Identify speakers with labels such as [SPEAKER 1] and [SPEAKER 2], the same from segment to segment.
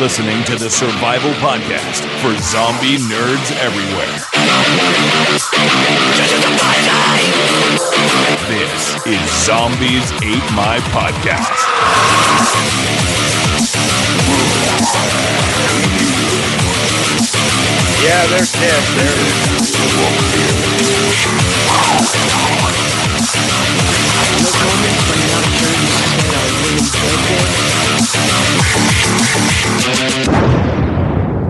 [SPEAKER 1] listening to the Survival Podcast for zombie nerds everywhere. This is Zombies Ate My Podcast.
[SPEAKER 2] Yeah, they're dead. They're...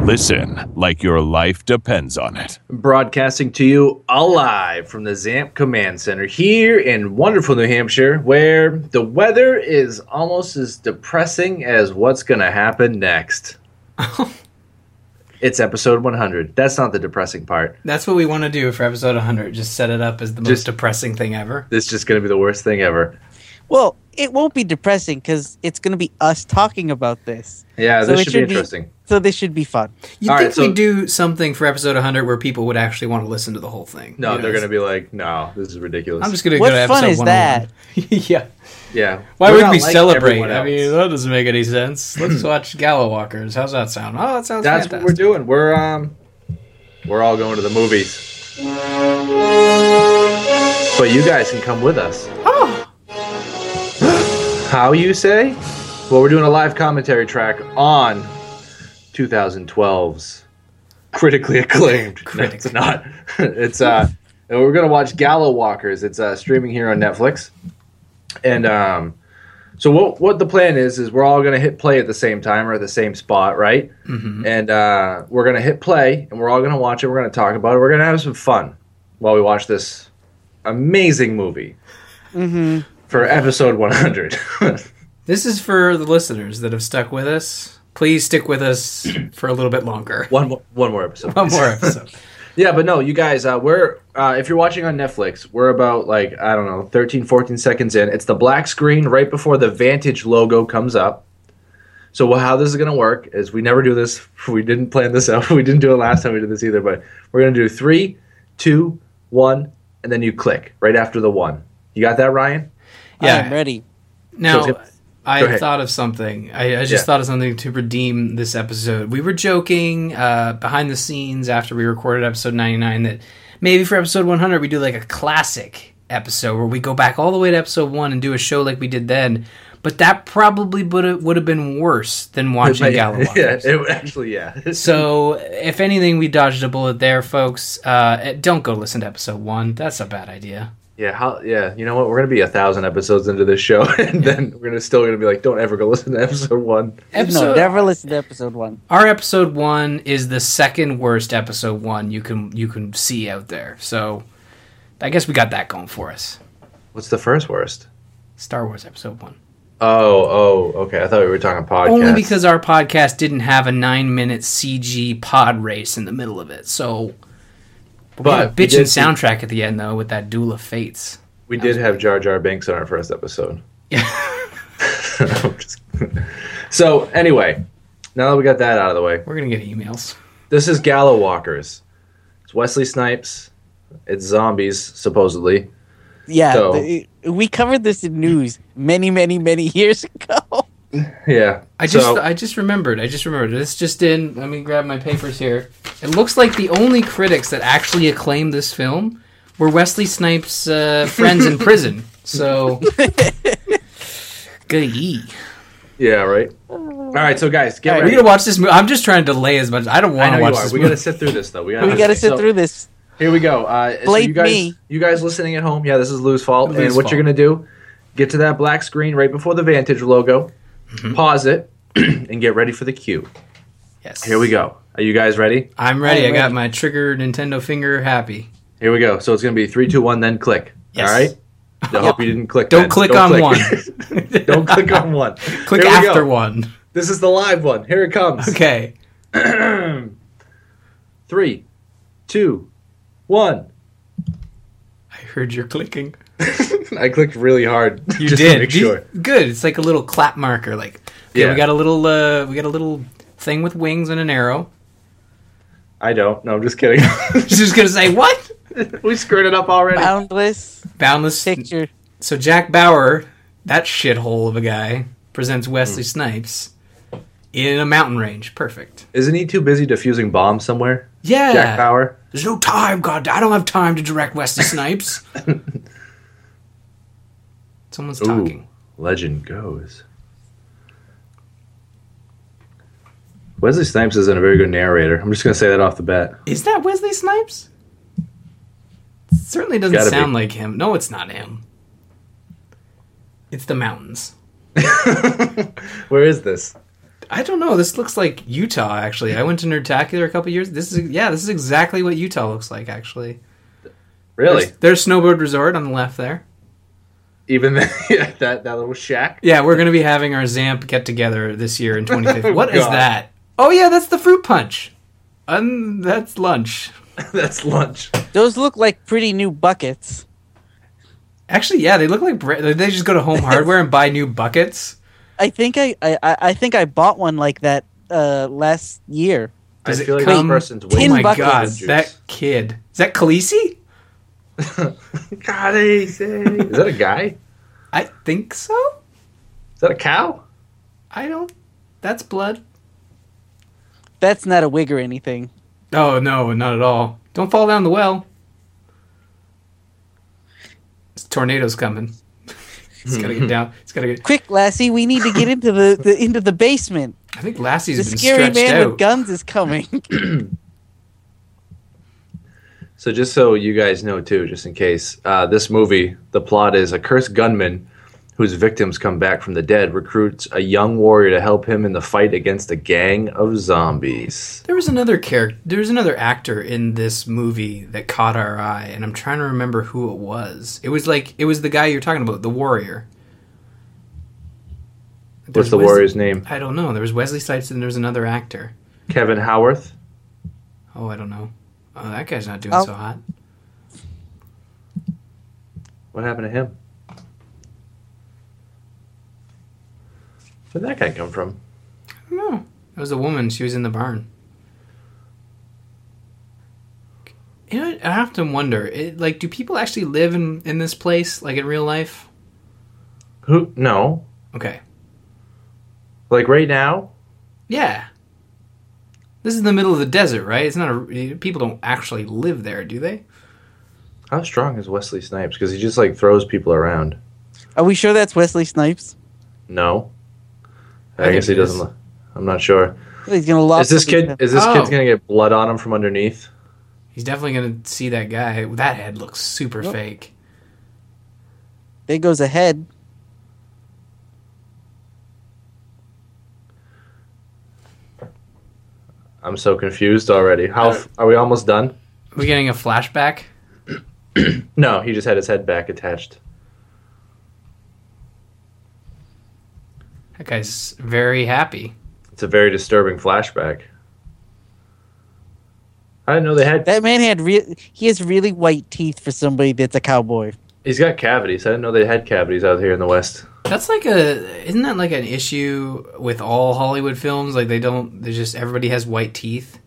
[SPEAKER 1] Listen like your life depends on it.
[SPEAKER 3] broadcasting to you all live from the ZAMP Command Center here in wonderful New Hampshire, where the weather is almost as depressing as what's going to happen next. it's episode 100. That's not the depressing part.
[SPEAKER 4] That's what we want to do for episode 100. Just set it up as the most
[SPEAKER 3] Just-
[SPEAKER 4] depressing thing ever.
[SPEAKER 3] This is just going to be the worst thing ever.
[SPEAKER 5] Well, it won't be depressing because it's going to be us talking about this.
[SPEAKER 3] Yeah,
[SPEAKER 5] So
[SPEAKER 3] this
[SPEAKER 5] it
[SPEAKER 3] should be
[SPEAKER 5] should be-
[SPEAKER 3] interesting.
[SPEAKER 5] So this should be fun.
[SPEAKER 4] You'd
[SPEAKER 3] All
[SPEAKER 4] think
[SPEAKER 3] right, so-
[SPEAKER 4] we do something for episode 100 where people would actually want to listen to the whole thing.
[SPEAKER 3] No,
[SPEAKER 4] You know,
[SPEAKER 3] they're going to
[SPEAKER 4] it's-
[SPEAKER 3] be like, no, this is ridiculous.
[SPEAKER 4] I'm just going to go
[SPEAKER 5] What
[SPEAKER 4] to episode
[SPEAKER 5] fun is
[SPEAKER 4] 101.
[SPEAKER 5] that?
[SPEAKER 4] yeah.
[SPEAKER 3] yeah.
[SPEAKER 4] Why
[SPEAKER 3] We're
[SPEAKER 4] would
[SPEAKER 3] not
[SPEAKER 4] we
[SPEAKER 3] like
[SPEAKER 4] celebrate?
[SPEAKER 3] everyone
[SPEAKER 4] I mean,
[SPEAKER 3] else.
[SPEAKER 4] that doesn't make any sense. Let's watch Gala Walkers. How's that sound? Oh, that sounds
[SPEAKER 3] Hmm. that's what we're
[SPEAKER 4] fantastic.
[SPEAKER 3] doing. We're um, we're all going to the movies. But you guys can come with us. Oh. How you say? Well, we're doing a live commentary track on 2012's critically acclaimed. No, it's not. it's uh, we're gonna watch Gallo Walkers. It's uh, streaming here on Netflix, and um. So what what the plan is is we're all gonna hit play at the same time or at the same spot, right? And uh, we're gonna hit play, and we're all gonna watch it. We're gonna talk about it. We're gonna have some fun while we watch this amazing movie for episode 100.
[SPEAKER 4] This is for the listeners that have stuck with us. Please stick with us for a little bit longer.
[SPEAKER 3] one more, one more episode.
[SPEAKER 4] One more episode.
[SPEAKER 3] Yeah, but no, you guys, uh, we're uh, if you're watching on Netflix, we're about like I don't know, 13, 14 seconds in. It's the black screen right before the Vantage logo comes up. So wh- how this is gonna work is we never do this. We didn't plan this out. We didn't do it last time we did this either. But we're gonna do three, two, one, and then you click right after the one. You got that, Ryan?
[SPEAKER 4] Yeah.
[SPEAKER 5] I'm ready.
[SPEAKER 4] Now,
[SPEAKER 3] So it's- go
[SPEAKER 4] I
[SPEAKER 3] ahead.
[SPEAKER 4] thought of something. I, I just
[SPEAKER 3] Yeah.
[SPEAKER 4] thought of something to redeem this episode. We were joking uh, behind the scenes after we recorded episode 99 that maybe for episode 100 we do like a classic episode where we go back all the way to episode 1 and do a show like we did then. But that probably would would have been worse than watching Galloway.
[SPEAKER 3] yeah, it, actually, yeah.
[SPEAKER 4] So, if anything, we dodged a bullet there, folks. Uh, eh, don't go listen to episode one. That's a bad idea.
[SPEAKER 3] Yeah, how, yeah. You know what? We're gonna be a thousand episodes into this show, and then we're gonna still gonna be like, don't ever go listen to episode one.
[SPEAKER 5] no,
[SPEAKER 4] Episode
[SPEAKER 5] never listen to episode one.
[SPEAKER 4] our episode one is the second worst episode one you can you can see out there. So I guess we got that going for us.
[SPEAKER 3] What's the first worst?
[SPEAKER 4] Star Wars episode one.
[SPEAKER 3] Oh, oh, okay. I thought we were talking podcast.
[SPEAKER 4] Only because our podcast didn't have a nine minute CG pod race in the middle of it. So but
[SPEAKER 3] we
[SPEAKER 4] bitchin'
[SPEAKER 3] did,
[SPEAKER 4] soundtrack at the end though with that duel of fates.
[SPEAKER 3] we did have Jar Jar Banks on our first episode. I'm just- so anyway, now that we got that out of the way,
[SPEAKER 4] We're gonna get emails.
[SPEAKER 3] this is Gallo Walkers. It's Wesley Snipes. It's zombies supposedly.
[SPEAKER 5] Yeah,
[SPEAKER 3] So-
[SPEAKER 5] the- we covered this in news many, many, many years ago.
[SPEAKER 3] Yeah.
[SPEAKER 4] I just
[SPEAKER 3] So-
[SPEAKER 4] I just remembered. I just remembered. This just in. Let me grab my papers here. It looks like the only critics that actually acclaimed this film were Wesley Snipes' uh, friends in prison. So, good ye.
[SPEAKER 3] yeah. Right. All right. So guys, get
[SPEAKER 5] All right,
[SPEAKER 4] We
[SPEAKER 3] ready.
[SPEAKER 4] gotta watch this movie. I'm just trying to delay as much. I don't
[SPEAKER 3] I
[SPEAKER 4] want
[SPEAKER 3] know
[SPEAKER 4] to
[SPEAKER 3] you
[SPEAKER 4] watch
[SPEAKER 3] are.
[SPEAKER 4] this
[SPEAKER 3] We
[SPEAKER 4] movie.
[SPEAKER 3] gotta sit through this though. We gotta,
[SPEAKER 5] We got to sit
[SPEAKER 3] so-
[SPEAKER 5] through this.
[SPEAKER 3] Here we go. Uh, so
[SPEAKER 5] Blame
[SPEAKER 3] you guys,
[SPEAKER 5] me.
[SPEAKER 3] you guys listening at home, yeah, this is Lou's fault.
[SPEAKER 4] Lou's
[SPEAKER 3] and what you're
[SPEAKER 4] fault.
[SPEAKER 3] gonna do? Get to that black screen right before the Vantage logo,
[SPEAKER 4] Mm-hmm.
[SPEAKER 3] pause it, and get ready for the cue.
[SPEAKER 4] yes.
[SPEAKER 3] Here we go. Are you guys ready?
[SPEAKER 4] I'm ready. i
[SPEAKER 5] I'm
[SPEAKER 4] got
[SPEAKER 5] ready.
[SPEAKER 4] my trigger Nintendo finger happy.
[SPEAKER 3] Here we go. So it's gonna be three, two, one, then click.
[SPEAKER 4] Yes.
[SPEAKER 3] All right. I hope you didn't click.
[SPEAKER 4] Don't
[SPEAKER 3] then.
[SPEAKER 4] click on
[SPEAKER 3] one. Don't click on one.
[SPEAKER 4] Click
[SPEAKER 3] Here we
[SPEAKER 4] after
[SPEAKER 3] go.
[SPEAKER 4] one.
[SPEAKER 3] This is the live one. Here it comes.
[SPEAKER 4] Okay.
[SPEAKER 3] Three, two, one.
[SPEAKER 4] I heard you're clicking.
[SPEAKER 3] I clicked really hard.
[SPEAKER 4] You
[SPEAKER 3] just
[SPEAKER 4] did.
[SPEAKER 3] To make
[SPEAKER 4] Do you-
[SPEAKER 3] sure.
[SPEAKER 4] good. It's like a little clap marker. Like okay,
[SPEAKER 3] Yeah.
[SPEAKER 4] we got a little uh, we got a little thing with wings and an arrow.
[SPEAKER 3] I don't. No, I'm just kidding.
[SPEAKER 4] She's just gonna say what?
[SPEAKER 3] we screwed it up already.
[SPEAKER 5] Boundless
[SPEAKER 4] Boundless
[SPEAKER 5] picture.
[SPEAKER 4] So
[SPEAKER 3] Hmm.
[SPEAKER 4] Jack Bauer, that shithole of a guy, presents Wesley Snipes in a mountain range. Perfect.
[SPEAKER 3] Isn't he too busy defusing bombs somewhere?
[SPEAKER 4] Yeah.
[SPEAKER 3] Jack Bauer.
[SPEAKER 4] There's no time, God. I don't have time to direct Wesley Snipes. Someone's
[SPEAKER 3] Ooh.
[SPEAKER 4] talking.
[SPEAKER 3] Legend goes. Wesley Snipes isn't a very good narrator. I'm just gonna say that off the bat.
[SPEAKER 4] Is that Wesley Snipes? certainly doesn't
[SPEAKER 3] Gotta
[SPEAKER 4] sound
[SPEAKER 3] be.
[SPEAKER 4] like him. No, it's not him. It's the mountains.
[SPEAKER 3] Where is this?
[SPEAKER 4] I don't know. This looks like Utah. Actually, I went to Nerdtacular a couple years. This is yeah. This is exactly what Utah looks like. Actually,
[SPEAKER 3] Really?
[SPEAKER 4] there's, there's Snowboard Resort on the left there.
[SPEAKER 3] Even that that, that little shack?
[SPEAKER 4] Yeah, we're gonna be having our Zamp get together this year in 2015. What is
[SPEAKER 3] God.
[SPEAKER 4] that? Oh yeah, that's the fruit punch. Um, that's lunch.
[SPEAKER 3] That's lunch.
[SPEAKER 5] Those look like pretty new buckets.
[SPEAKER 4] Actually, yeah, they look like bra- they just go to Home Hardware and buy new buckets.
[SPEAKER 5] I think I, I, I I think I bought one like that uh, last year.
[SPEAKER 4] Does
[SPEAKER 3] I
[SPEAKER 4] it
[SPEAKER 3] feel like
[SPEAKER 4] come
[SPEAKER 3] this person's
[SPEAKER 4] Oh
[SPEAKER 5] Tin
[SPEAKER 3] waiting.
[SPEAKER 4] my
[SPEAKER 5] buckets.
[SPEAKER 4] god,
[SPEAKER 3] Juice.
[SPEAKER 4] that kid. Is that Khaleesi?
[SPEAKER 3] God, I say. Is that a guy?
[SPEAKER 4] I think so.
[SPEAKER 3] Is that a cow?
[SPEAKER 4] I don't. That's blood.
[SPEAKER 5] That's not a wig or anything.
[SPEAKER 4] Oh no, not at all. Don't fall down the well. This tornado's coming. it's gotta get down. It's gotta get.
[SPEAKER 5] Quick, Lassie, we need to get into the, the into the basement.
[SPEAKER 4] I think Lassie's
[SPEAKER 5] The
[SPEAKER 4] been
[SPEAKER 5] scary
[SPEAKER 4] stretched
[SPEAKER 5] man
[SPEAKER 4] out.
[SPEAKER 5] with guns is coming.
[SPEAKER 3] So just so you guys know too, just in case, uh, this movie, the plot is a cursed gunman whose victims come back from the dead recruits a young warrior to help him in the fight against a gang of zombies.
[SPEAKER 4] There was another character. There was another actor in this movie that caught our eye, and I'm trying to remember who it was. It was like it was the guy you're talking about, the warrior.
[SPEAKER 3] What's
[SPEAKER 4] There's
[SPEAKER 3] the
[SPEAKER 4] Wes-
[SPEAKER 3] warrior's name?
[SPEAKER 4] I don't know. There was Wesley Snipes, and there was another actor.
[SPEAKER 3] Kevin Howarth.
[SPEAKER 4] Oh, I don't know. Oh, that guy's not doing
[SPEAKER 5] Oh.
[SPEAKER 4] so hot.
[SPEAKER 3] What happened to him? Where'd that guy come from?
[SPEAKER 4] No, it was a woman. She was in the barn. You know, I often wonder, it, like, do people actually live in in this place, like in real life?
[SPEAKER 3] Who? No.
[SPEAKER 4] Okay,
[SPEAKER 3] Like right now?
[SPEAKER 4] yeah. This is the middle of the desert, right? It's not a people don't actually live there, do they?
[SPEAKER 3] How strong is Wesley Snipes? Because he just like throws people around.
[SPEAKER 5] Are we sure that's Wesley Snipes?
[SPEAKER 3] No.
[SPEAKER 4] I
[SPEAKER 3] I,
[SPEAKER 4] think
[SPEAKER 3] guess he
[SPEAKER 4] it is.
[SPEAKER 3] doesn't. li- I'm not sure.
[SPEAKER 5] He's gonna lock
[SPEAKER 3] Is this
[SPEAKER 5] somebody's
[SPEAKER 3] kid?
[SPEAKER 5] head.
[SPEAKER 3] Is this
[SPEAKER 4] Oh.
[SPEAKER 3] kid's gonna get blood on him from underneath?
[SPEAKER 4] He's definitely gonna see that guy. That head looks super
[SPEAKER 5] Yep.
[SPEAKER 4] fake.
[SPEAKER 5] There goes a head.
[SPEAKER 3] I'm so confused already. How
[SPEAKER 4] Uh,
[SPEAKER 3] f- are we almost done?
[SPEAKER 4] Are we getting a flashback?
[SPEAKER 3] No, he just had his head back attached.
[SPEAKER 4] That guy's very happy.
[SPEAKER 3] It's a very disturbing flashback. I didn't know they had.
[SPEAKER 5] That man had real. He has really white teeth for somebody that's a cowboy.
[SPEAKER 3] He's got cavities. I didn't know they had cavities out here in the West.
[SPEAKER 4] That's like a isn't that like an issue with all Hollywood films? Like they don't they just everybody has white teeth.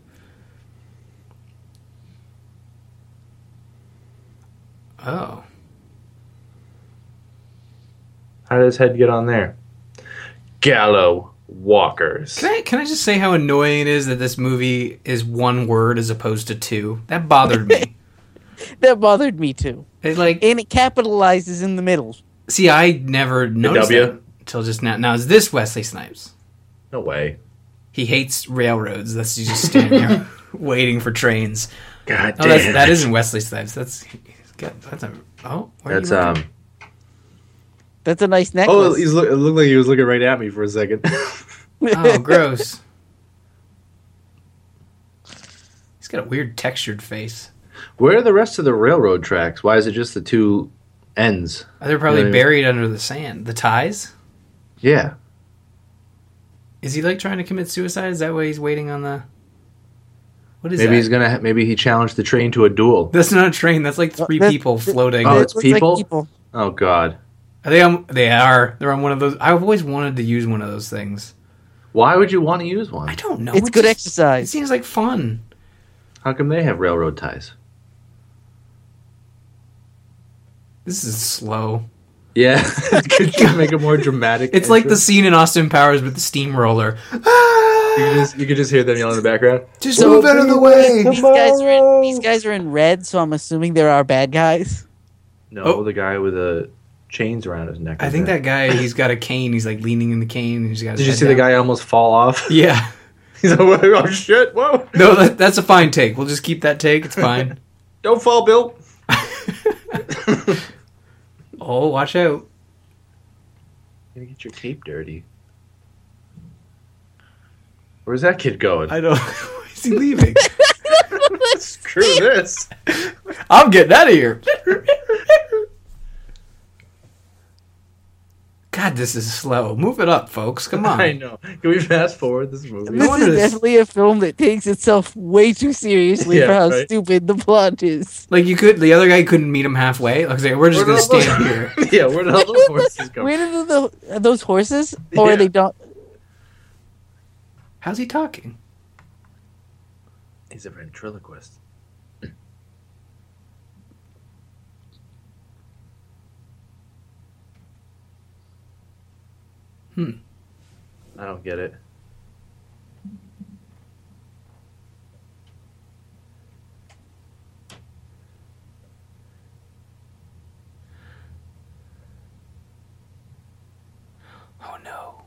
[SPEAKER 4] Oh.
[SPEAKER 3] How did his head get on there? Gallo walkers.
[SPEAKER 4] Can I can I just say how annoying it is that this movie is one word as opposed to two? That bothered me.
[SPEAKER 5] That bothered me too.
[SPEAKER 4] It's like
[SPEAKER 5] And it capitalizes in the middle.
[SPEAKER 4] see I never noticed
[SPEAKER 3] W?
[SPEAKER 4] that until just now. Now is this Wesley Snipes?
[SPEAKER 3] No way.
[SPEAKER 4] He hates railroads. That's he's just standing there waiting for trains.
[SPEAKER 3] God
[SPEAKER 4] Oh, that's, that isn't Wesley Snipes. That's he's got- that's a oh. where are you
[SPEAKER 3] That's
[SPEAKER 4] looking?
[SPEAKER 3] um.
[SPEAKER 5] That's a nice necklace.
[SPEAKER 3] Oh, he's look, it looked like he was looking right at me for a second.
[SPEAKER 4] Oh, gross. He's got a weird textured face.
[SPEAKER 3] Where are the rest of the railroad tracks? Why is it just the two ends?
[SPEAKER 4] Uh, They're probably
[SPEAKER 3] Yeah.
[SPEAKER 4] buried under the sand. The ties?
[SPEAKER 3] Yeah.
[SPEAKER 4] Is he like trying to commit suicide? Is that why he's waiting on the? What is
[SPEAKER 3] Maybe
[SPEAKER 4] that?
[SPEAKER 3] he's gonna. ha- Maybe he challenged the train to a duel.
[SPEAKER 4] That's not a train. That's like three
[SPEAKER 5] That-
[SPEAKER 4] people floating.
[SPEAKER 3] Oh,
[SPEAKER 5] That
[SPEAKER 3] it's
[SPEAKER 5] looks
[SPEAKER 3] people? Oh God.
[SPEAKER 4] Are they on? They are. They're on one of those. I've always wanted to use one of those things.
[SPEAKER 3] Why would you want to use one?
[SPEAKER 4] I don't know.
[SPEAKER 5] It's
[SPEAKER 4] It
[SPEAKER 5] good
[SPEAKER 4] just- It
[SPEAKER 5] exercise.
[SPEAKER 4] seems like fun.
[SPEAKER 3] How come they have railroad ties?
[SPEAKER 4] This is slow.
[SPEAKER 3] Yeah. Could you make it more dramatic?
[SPEAKER 4] It's like the
[SPEAKER 3] entrance?
[SPEAKER 4] scene in Austin Powers with the steamroller. Ah!
[SPEAKER 3] can just you can just hear them yelling in the background.
[SPEAKER 4] Just move out of the way.
[SPEAKER 5] These guys are in, these guys are in red, so I'm assuming there are bad guys.
[SPEAKER 3] No,
[SPEAKER 4] Oh.
[SPEAKER 3] the guy with the chains around his neck.
[SPEAKER 4] I think that guy, he's got a cane. He's like leaning in the cane. And he's got. his
[SPEAKER 3] Did you
[SPEAKER 4] head
[SPEAKER 3] see the
[SPEAKER 4] down.
[SPEAKER 3] guy almost fall off?
[SPEAKER 4] Yeah.
[SPEAKER 3] He's like, oh shit! Whoa!
[SPEAKER 4] No, that, that's a fine take. We'll just keep that take. It's fine.
[SPEAKER 3] Don't fall, Bill.
[SPEAKER 4] oh, watch out.
[SPEAKER 3] Gonna get your cape dirty. Where's that kid going?
[SPEAKER 4] I don't. Why is he leaving?
[SPEAKER 3] Screw this.
[SPEAKER 4] I'm getting out of here. God, this is slow. Move it up, folks. Come on.
[SPEAKER 3] I know. Can we fast forward this movie?
[SPEAKER 5] This
[SPEAKER 4] wonder
[SPEAKER 5] is
[SPEAKER 4] this-
[SPEAKER 5] definitely a film that takes itself way too seriously
[SPEAKER 3] Yeah,
[SPEAKER 5] for how
[SPEAKER 3] right.
[SPEAKER 5] stupid the plot is.
[SPEAKER 4] Like you could, the other guy couldn't meet him halfway. Like, he's like, we're just
[SPEAKER 3] Where
[SPEAKER 4] gonna
[SPEAKER 3] did all
[SPEAKER 4] stand
[SPEAKER 3] those-
[SPEAKER 4] here.
[SPEAKER 3] yeah, where did all those horses go?
[SPEAKER 5] Where do the, are those horses? Or
[SPEAKER 3] Yeah.
[SPEAKER 5] are they don't?
[SPEAKER 4] How's he talking?
[SPEAKER 3] He's a ventriloquist.
[SPEAKER 4] Hmm.
[SPEAKER 3] I don't get it.
[SPEAKER 4] Oh no.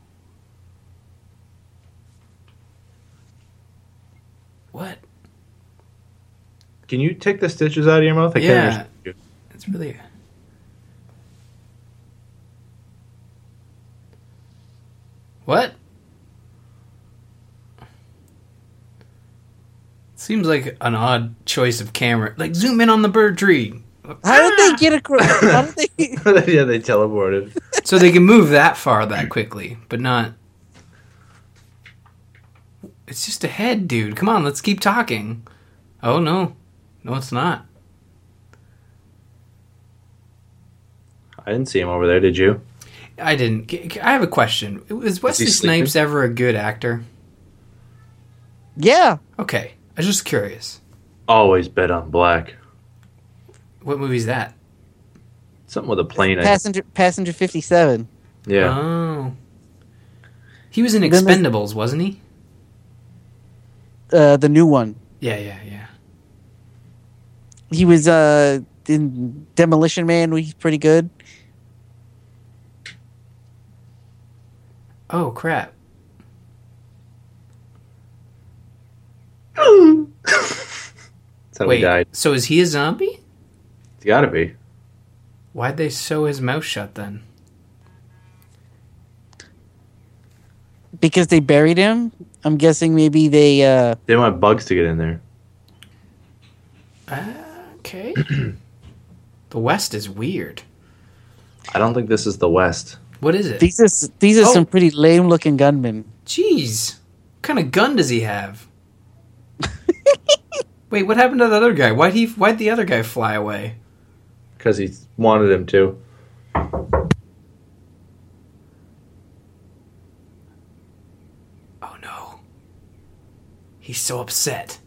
[SPEAKER 4] What?
[SPEAKER 3] Can you take the stitches out of your mouth? I
[SPEAKER 4] Yeah.
[SPEAKER 3] can't understand you.
[SPEAKER 4] It's really. What? Seems like an odd choice of camera. Like zoom in on the bird tree,
[SPEAKER 5] How did they get across? How did they?
[SPEAKER 3] yeah, they teleported.
[SPEAKER 4] so they can move that far that quickly, but not. It's just a head, dude. Come on, let's keep talking. Oh no, no, it's not.
[SPEAKER 3] I didn't see him over there, did you?
[SPEAKER 4] I didn't. g- g- I have a question. Is Wesley
[SPEAKER 3] sleeping?
[SPEAKER 4] Snipes ever a good actor?
[SPEAKER 5] Yeah,
[SPEAKER 4] Okay, I was just curious.
[SPEAKER 3] Always bet on black.
[SPEAKER 4] What movie's that?
[SPEAKER 3] Something with a plane. I-
[SPEAKER 5] passenger passenger fifty seven.
[SPEAKER 3] yeah.
[SPEAKER 4] Oh, he was in
[SPEAKER 5] Then there's-
[SPEAKER 4] Expendables, wasn't he?
[SPEAKER 5] Uh, the new one.
[SPEAKER 4] Yeah, yeah, yeah.
[SPEAKER 5] He was uh in Demolition Man. He's pretty good.
[SPEAKER 4] Oh crap!
[SPEAKER 3] That's how
[SPEAKER 4] Wait,
[SPEAKER 3] he died.
[SPEAKER 4] so is he a zombie?
[SPEAKER 3] It's gotta be.
[SPEAKER 4] Why'd they sew his mouth shut then?
[SPEAKER 5] Because they buried him. I'm guessing maybe they. uh
[SPEAKER 3] They want bugs to get in there.
[SPEAKER 4] Okay. the West is weird.
[SPEAKER 3] I don't think this is the West.
[SPEAKER 4] What is it?
[SPEAKER 5] These are s- these are
[SPEAKER 4] Oh.
[SPEAKER 5] some pretty lame looking gunmen.
[SPEAKER 4] Jeez. What kind of gun does he have? Wait, what happened to the other guy? Why'd he why'd the other guy fly away?
[SPEAKER 3] Because he wanted him to.
[SPEAKER 4] Oh no. He's so upset.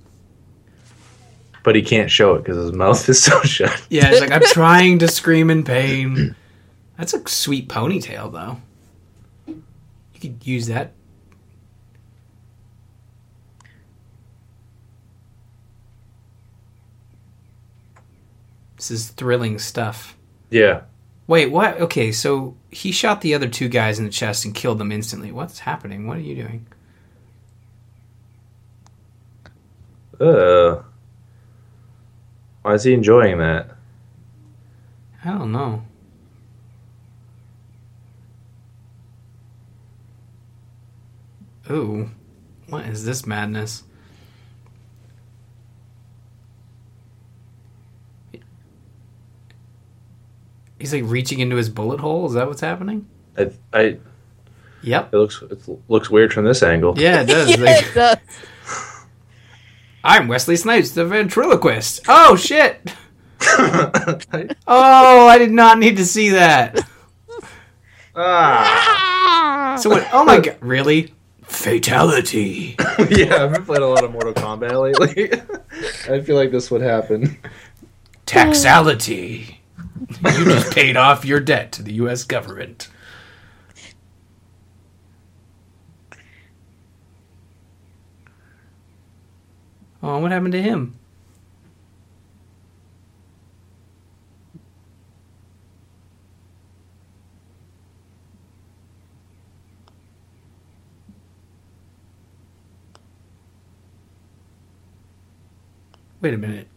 [SPEAKER 3] But he can't show it because his mouth is so shut.
[SPEAKER 4] Yeah, he's like, I'm trying to scream in pain. That's a sweet ponytail though. You could use that. This is thrilling stuff.
[SPEAKER 3] Yeah.
[SPEAKER 4] Wait, what? Okay, so he shot the other two guys in the chest and killed them instantly. What's happening? What are you doing?
[SPEAKER 3] Ugh. Uh. Why is he enjoying that?
[SPEAKER 4] I don't know. Ooh, what is this madness? He's like reaching into his bullet hole. Is that what's happening?
[SPEAKER 3] I, I, it
[SPEAKER 4] Yep.
[SPEAKER 3] looks it looks weird from this angle.
[SPEAKER 4] Yeah, it does.
[SPEAKER 5] Yeah,
[SPEAKER 4] Like-
[SPEAKER 5] it does.
[SPEAKER 4] I'm Wesley Snipes, the ventriloquist. Oh shit! Oh, I did not need to see that.
[SPEAKER 3] ah.
[SPEAKER 4] So what? Oh my god! Really? Fatality.
[SPEAKER 3] yeah, I've been playing a lot of Mortal Kombat lately. I feel like this would happen.
[SPEAKER 4] Taxality. You just paid off your debt to the U.S. government. Oh, what happened to him? Wait a minute.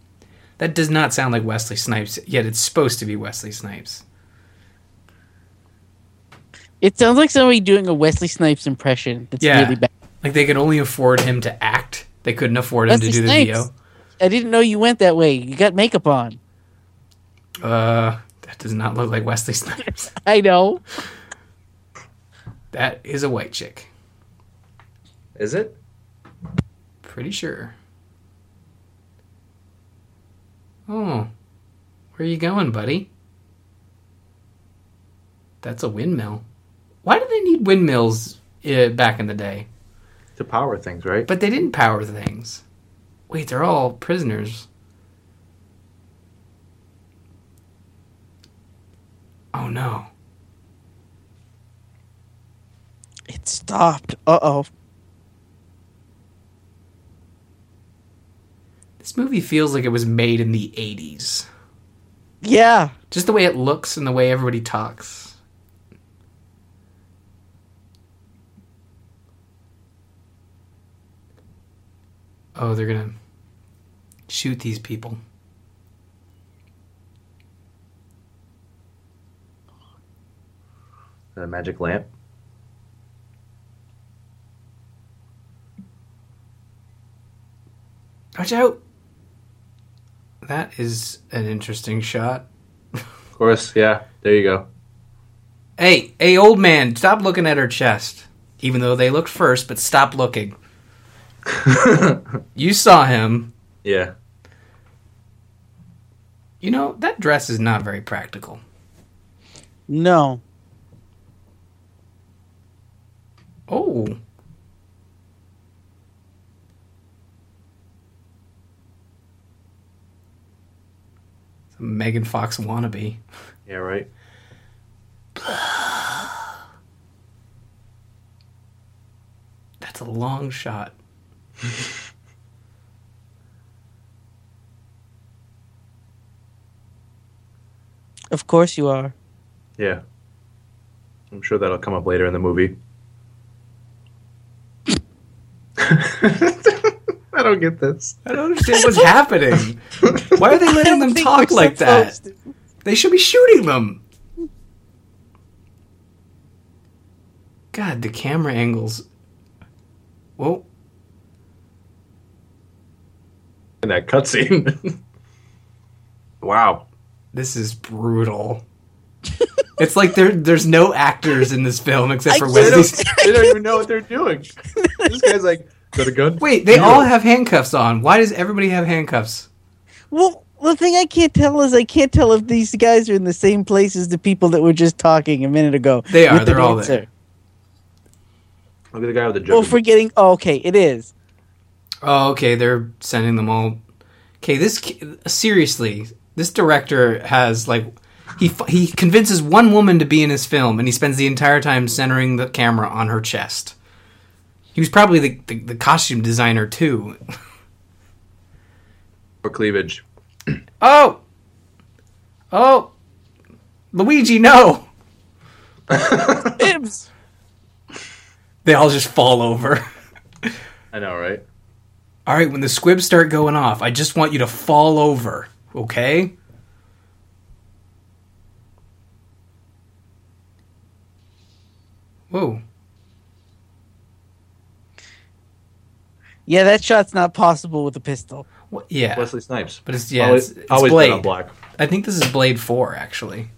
[SPEAKER 4] That does not sound like Wesley Snipes, yet it's supposed to be Wesley Snipes.
[SPEAKER 5] It sounds like somebody doing a Wesley Snipes impression. That's
[SPEAKER 4] Yeah.
[SPEAKER 5] really bad.
[SPEAKER 4] Like they could only afford him to act. They couldn't afford him
[SPEAKER 5] Wesley
[SPEAKER 4] to do the
[SPEAKER 5] Snipes.
[SPEAKER 4] video.
[SPEAKER 5] I didn't know you went that way. You got makeup on.
[SPEAKER 4] Uh, that does not look like Wesley Snipes.
[SPEAKER 5] I know.
[SPEAKER 4] that is a white chick.
[SPEAKER 3] Is it?
[SPEAKER 4] Pretty sure. Oh. Where are you going, buddy? That's a windmill. Why did they need windmills uh, back in the day?
[SPEAKER 3] To power things, right?
[SPEAKER 4] But they didn't power things. Wait, they're all prisoners. Oh no.
[SPEAKER 5] It stopped. Uh oh.
[SPEAKER 4] This movie feels like it was made in the 80s.
[SPEAKER 5] Yeah.
[SPEAKER 4] Just the way it looks and the way everybody talks. Oh, they're gonna shoot these people.
[SPEAKER 3] The magic lamp.
[SPEAKER 4] Watch out! That is an interesting shot.
[SPEAKER 3] Of course, yeah. There you go.
[SPEAKER 4] Hey, hey, old man, stop looking at her chest. Even though they looked first, but stop looking. you saw him.
[SPEAKER 3] Yeah.
[SPEAKER 4] You know, that dress is not very practical.
[SPEAKER 5] No.
[SPEAKER 4] Oh. It's a Megan Fox wannabe.
[SPEAKER 3] Yeah, right.
[SPEAKER 4] That's a long shot.
[SPEAKER 5] Of course you are.
[SPEAKER 3] Yeah. I'm sure that'll come up later in the movie. I don't get this.
[SPEAKER 4] I don't understand what's happening. Why are they letting them talk like that? They should be shooting them. God, the camera angles. Whoa.
[SPEAKER 3] In that cutscene. wow.
[SPEAKER 4] This is brutal. it's like there there's no actors in this film except
[SPEAKER 5] I
[SPEAKER 4] for
[SPEAKER 5] get
[SPEAKER 3] They
[SPEAKER 4] Wesley.
[SPEAKER 3] don't, they don't even know what they're doing. this guy's like, is that a gun?
[SPEAKER 4] Wait, they
[SPEAKER 3] Yeah.
[SPEAKER 4] all have handcuffs on. Why does everybody have handcuffs?
[SPEAKER 5] Well, the thing I can't tell is I can't tell if these guys are in the same place as the people that were just talking a minute ago.
[SPEAKER 4] They are,
[SPEAKER 5] with the
[SPEAKER 4] they're all
[SPEAKER 5] dancer.
[SPEAKER 4] there.
[SPEAKER 3] Look at the guy with the
[SPEAKER 5] Well,
[SPEAKER 3] jug.
[SPEAKER 5] if we're getting. Oh, okay, it is.
[SPEAKER 4] Oh, okay, they're sending them all. Okay, this ki- seriously, this director has like he f- he convinces one woman to be in his film, and he spends the entire time centering the camera on her chest. He was probably the, the, the costume designer too.
[SPEAKER 3] For cleavage.
[SPEAKER 4] Oh, oh, Luigi, no!
[SPEAKER 5] Ibs.
[SPEAKER 4] They all just fall over.
[SPEAKER 3] I know, right?
[SPEAKER 4] All right, when the squibs start going off, I just want you to fall over, okay? Whoa.
[SPEAKER 5] Yeah, that shot's not possible with a pistol.
[SPEAKER 4] What? Yeah.
[SPEAKER 3] Wesley Snipes.
[SPEAKER 4] But it's- yeah,
[SPEAKER 3] always,
[SPEAKER 4] it's- it's
[SPEAKER 3] always
[SPEAKER 4] Blade.
[SPEAKER 3] been on black.
[SPEAKER 4] I think this is Blade 4, actually.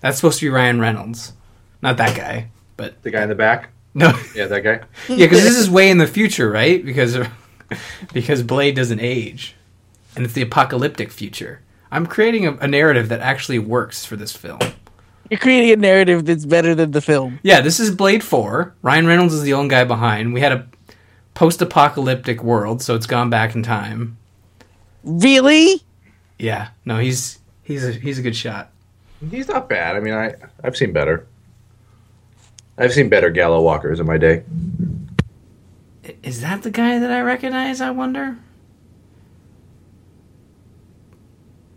[SPEAKER 4] That's supposed to be Ryan Reynolds. Not that guy, but.
[SPEAKER 3] The guy in the back.
[SPEAKER 4] No.
[SPEAKER 3] Yeah, that guy.
[SPEAKER 4] yeah, because this is way in the future, right? Because, because Blade doesn't age. And it's the apocalyptic future. I'm creating a, a narrative that actually works for this film.
[SPEAKER 5] You're creating a narrative that's better than the film.
[SPEAKER 4] Yeah, this is Blade 4. Ryan Reynolds is the only guy behind. We had a post apocalyptic world, so it's gone back in time.
[SPEAKER 5] Really?
[SPEAKER 4] Yeah. No, he's he's a he's a good shot.
[SPEAKER 3] He's not bad. I mean, I I've seen better. I've seen better Gallo Walkers in my day.
[SPEAKER 4] I- Is that the guy that I recognize, I wonder?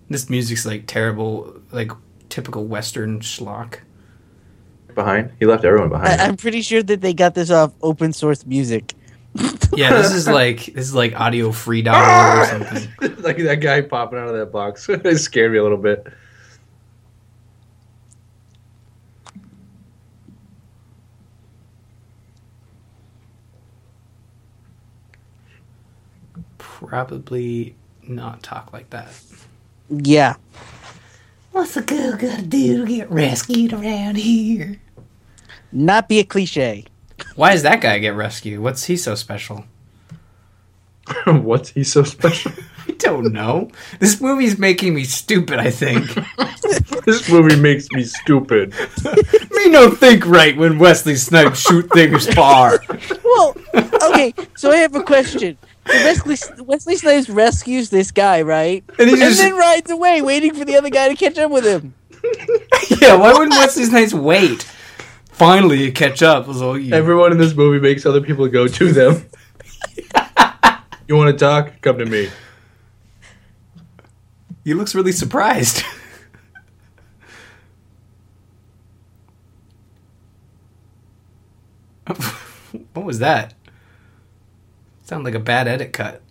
[SPEAKER 4] This music's like terrible, like typical Western schlock.
[SPEAKER 3] Behind, he left everyone behind.
[SPEAKER 5] I, I'm pretty sure that they got this off open source music.
[SPEAKER 4] Yeah, this is like this is like audio free dollar or something.
[SPEAKER 3] like that guy popping out of that box. it scared me a little bit.
[SPEAKER 4] Probably not talk like that.
[SPEAKER 5] Yeah.
[SPEAKER 4] What's a girl gotta do to get rescued around here?
[SPEAKER 5] Not be a cliche.
[SPEAKER 4] Why does that guy get rescued? What's he so special?
[SPEAKER 3] What's he so special?
[SPEAKER 4] I don't know. This movie's making me stupid, I think.
[SPEAKER 3] this movie makes me stupid.
[SPEAKER 4] me no think right when Wesley Snipes shoot things far.
[SPEAKER 5] Well, okay, so I have a question. So Wesley, Wesley Snipes rescues this guy, right?
[SPEAKER 4] And he
[SPEAKER 5] And
[SPEAKER 4] just
[SPEAKER 5] then rides away, waiting for the other guy to catch up with him.
[SPEAKER 4] Yeah, why wouldn't Wesley Snipes wait? Finally you catch up was all you
[SPEAKER 3] Everyone in this movie makes other people go to them. you want to talk? Come to me.
[SPEAKER 4] He looks really surprised. what was that? Sound like a bad edit cut.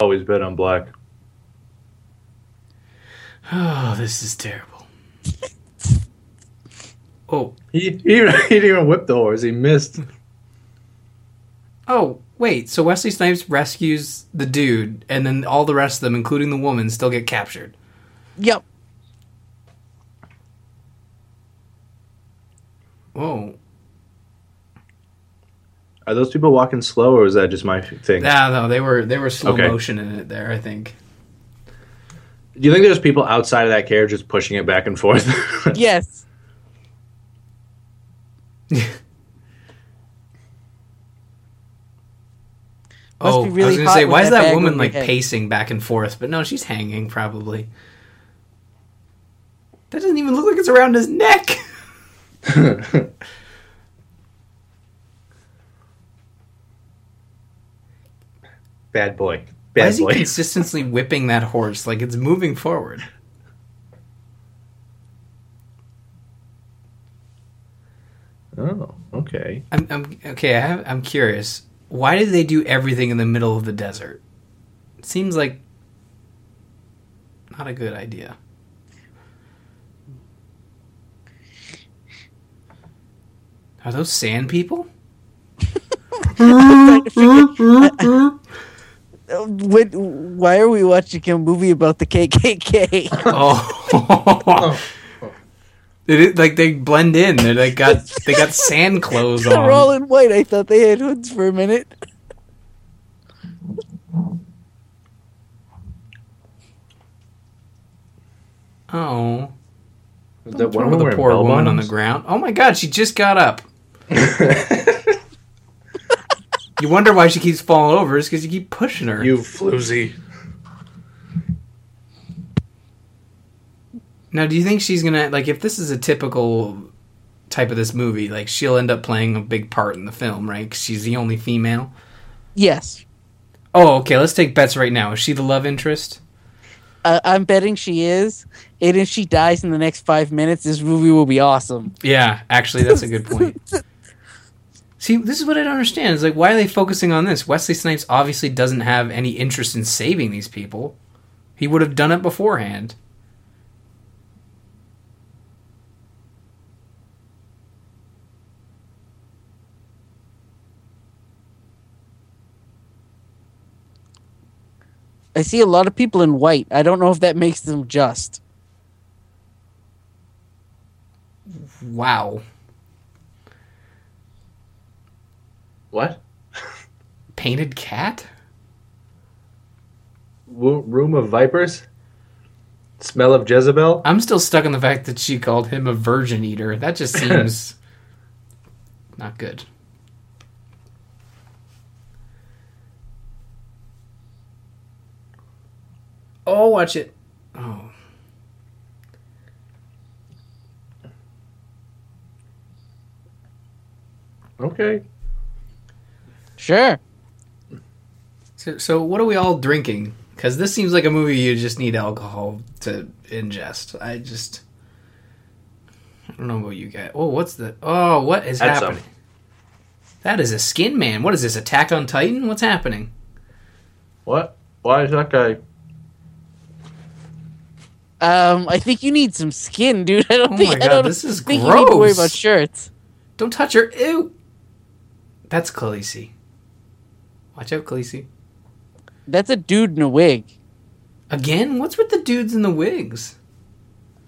[SPEAKER 3] Always bet on black.
[SPEAKER 4] Oh, this is terrible. oh,
[SPEAKER 3] He, he, he didn't even whip the horse. He missed.
[SPEAKER 4] oh, wait. So Wesley Snipes rescues the dude, and then all the rest of them, including the woman, still get captured.
[SPEAKER 5] Yep.
[SPEAKER 4] Whoa.
[SPEAKER 3] Are those people walking slow, or is that just my thing?
[SPEAKER 4] Nah, no, they were they were slow
[SPEAKER 3] Okay.
[SPEAKER 4] motion in it there. I think.
[SPEAKER 3] Do you think there's people outside of that carriage just pushing it back and forth?
[SPEAKER 5] Yes. Must
[SPEAKER 4] oh,
[SPEAKER 5] be really
[SPEAKER 4] I was gonna
[SPEAKER 5] hot
[SPEAKER 4] say,
[SPEAKER 5] when
[SPEAKER 4] why is
[SPEAKER 5] that
[SPEAKER 4] that
[SPEAKER 5] bag
[SPEAKER 4] woman
[SPEAKER 5] over your
[SPEAKER 4] like
[SPEAKER 5] head.
[SPEAKER 4] pacing back and forth? But no, she's hanging probably. That doesn't even look like it's around his neck.
[SPEAKER 3] Bad boy.
[SPEAKER 4] Why
[SPEAKER 3] Bad
[SPEAKER 4] is he
[SPEAKER 3] boy.
[SPEAKER 4] consistently whipping that horse like it's moving forward?
[SPEAKER 3] Oh, okay.
[SPEAKER 4] I'm, I'm okay. I have, I'm curious. Why did they do everything in the middle of the desert? It seems like not a good idea. Are those sand people?
[SPEAKER 5] Uh, What, why are we watching a movie about the KKK?
[SPEAKER 4] Oh, it is, like they blend in. They like got they got sand clothes
[SPEAKER 5] They're all
[SPEAKER 4] on.
[SPEAKER 5] in white. I thought they had hoods for a minute.
[SPEAKER 4] Oh,
[SPEAKER 3] Is that
[SPEAKER 4] What's wrong with the poor woman on the ground. Oh my god, she just got up. you wonder why she keeps falling over is because you keep pushing her.
[SPEAKER 3] You floozy.
[SPEAKER 4] now, do you think she's gonna like if this is a typical type of this movie, like she'll end up playing a big part in the film, right? 'Cause she's the only female.
[SPEAKER 5] Yes.
[SPEAKER 4] Oh, okay. Let's take bets right now. Is she the love interest?
[SPEAKER 5] Uh, I'm betting she is. And if she dies in the next five minutes, this movie will be awesome.
[SPEAKER 4] Yeah, actually, that's a good point. See, this is what I don't understand. It's like, why are they focusing on this? Wesley Snipes obviously doesn't have any interest in saving these people. He would have done it beforehand.
[SPEAKER 5] I see a lot of people in white. I don't know if that makes them just.
[SPEAKER 4] Wow.
[SPEAKER 3] What?
[SPEAKER 4] Painted cat?
[SPEAKER 3] W- room of vipers? Smell of Jezebel?
[SPEAKER 4] I'm still stuck on the fact that she called him a virgin eater. That just seems not good. Oh, watch it. Oh.
[SPEAKER 3] Okay.
[SPEAKER 5] Sure.
[SPEAKER 4] So, so what are we all drinking? 'Cause because this seems like a movie you just need alcohol to ingest. I just I don't know what you get. Oh, what's the oh what is
[SPEAKER 3] That's
[SPEAKER 4] happening? That is a skin man. What is this? Attack on Titan? What's happening?
[SPEAKER 3] What? Why is that guy?
[SPEAKER 5] Um, I think you need some skin, dude. I don't
[SPEAKER 4] Oh
[SPEAKER 5] think
[SPEAKER 4] my
[SPEAKER 5] I
[SPEAKER 4] God,
[SPEAKER 5] don't
[SPEAKER 4] this is
[SPEAKER 5] think you need to worry
[SPEAKER 4] gross.
[SPEAKER 5] about shirts.
[SPEAKER 4] Don't touch her. Ew. That's Khaleesi. Watch out, Khaleesi.
[SPEAKER 5] That's a dude in a wig.
[SPEAKER 4] Again? What's with the dudes in the wigs?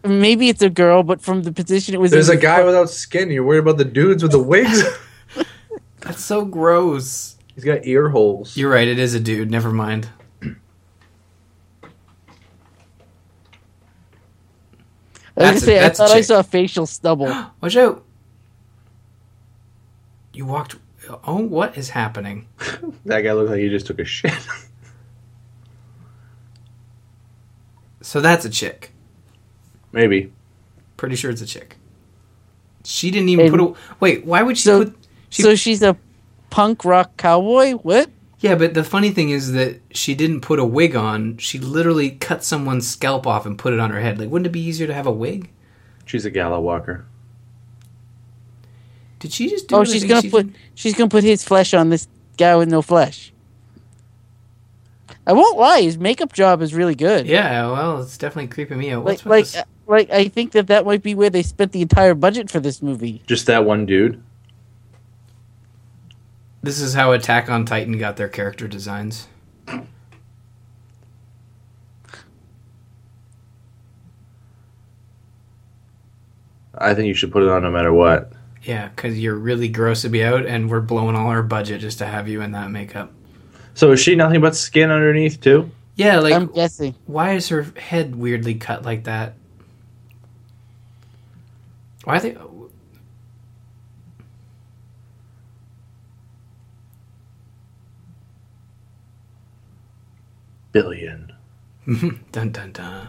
[SPEAKER 5] Maybe it's a girl, but from the position it was
[SPEAKER 3] There's
[SPEAKER 5] in
[SPEAKER 3] a guy without skin. You're worried about the dudes with the wigs.
[SPEAKER 4] That's so gross.
[SPEAKER 3] He's got ear holes.
[SPEAKER 4] You're right. It is a dude. Never mind.
[SPEAKER 5] I was
[SPEAKER 4] That's
[SPEAKER 5] gonna
[SPEAKER 4] a-
[SPEAKER 5] say, I
[SPEAKER 4] that's a
[SPEAKER 5] thought I
[SPEAKER 4] chick.
[SPEAKER 5] saw facial stubble.
[SPEAKER 4] Watch out. You walked. Oh, what is happening?
[SPEAKER 3] That guy looks like he just took a shit.
[SPEAKER 4] So that's a chick.
[SPEAKER 3] Maybe.
[SPEAKER 4] Pretty sure it's a chick. She didn't even
[SPEAKER 5] And-
[SPEAKER 4] put a. Wait, why would she
[SPEAKER 5] So-
[SPEAKER 4] put. She,
[SPEAKER 5] so she's a punk rock cowboy. What?
[SPEAKER 4] yeah, but the funny thing is that she didn't put a wig on. She literally cut someone's scalp off and put it on her head. Like, wouldn't it be easier to have a wig?
[SPEAKER 3] She's a gala walker.
[SPEAKER 4] Did she just do
[SPEAKER 5] Oh,
[SPEAKER 4] it? I
[SPEAKER 5] she's
[SPEAKER 4] think
[SPEAKER 5] gonna
[SPEAKER 4] she
[SPEAKER 5] put
[SPEAKER 4] did.
[SPEAKER 5] she's gonna put his flesh on this guy with no flesh. I won't lie, his makeup job is really good.
[SPEAKER 4] Yeah, well, it's definitely creeping me out.
[SPEAKER 5] like
[SPEAKER 4] What's with
[SPEAKER 5] like
[SPEAKER 4] this?
[SPEAKER 5] uh, like I think that that might be where they spent the entire budget for this movie.
[SPEAKER 3] Just that one dude.
[SPEAKER 4] This is how Attack on Titan got their character designs.
[SPEAKER 3] I think you should put it on no matter what.
[SPEAKER 4] Yeah, because you're really gross to be out, and we're blowing all our budget just to have you in that makeup.
[SPEAKER 3] So is she nothing but skin underneath too?
[SPEAKER 4] Yeah, like,
[SPEAKER 5] I'm guessing.
[SPEAKER 4] why is her head weirdly cut like that? Why are they.
[SPEAKER 3] Billion.
[SPEAKER 4] Dun dun dun.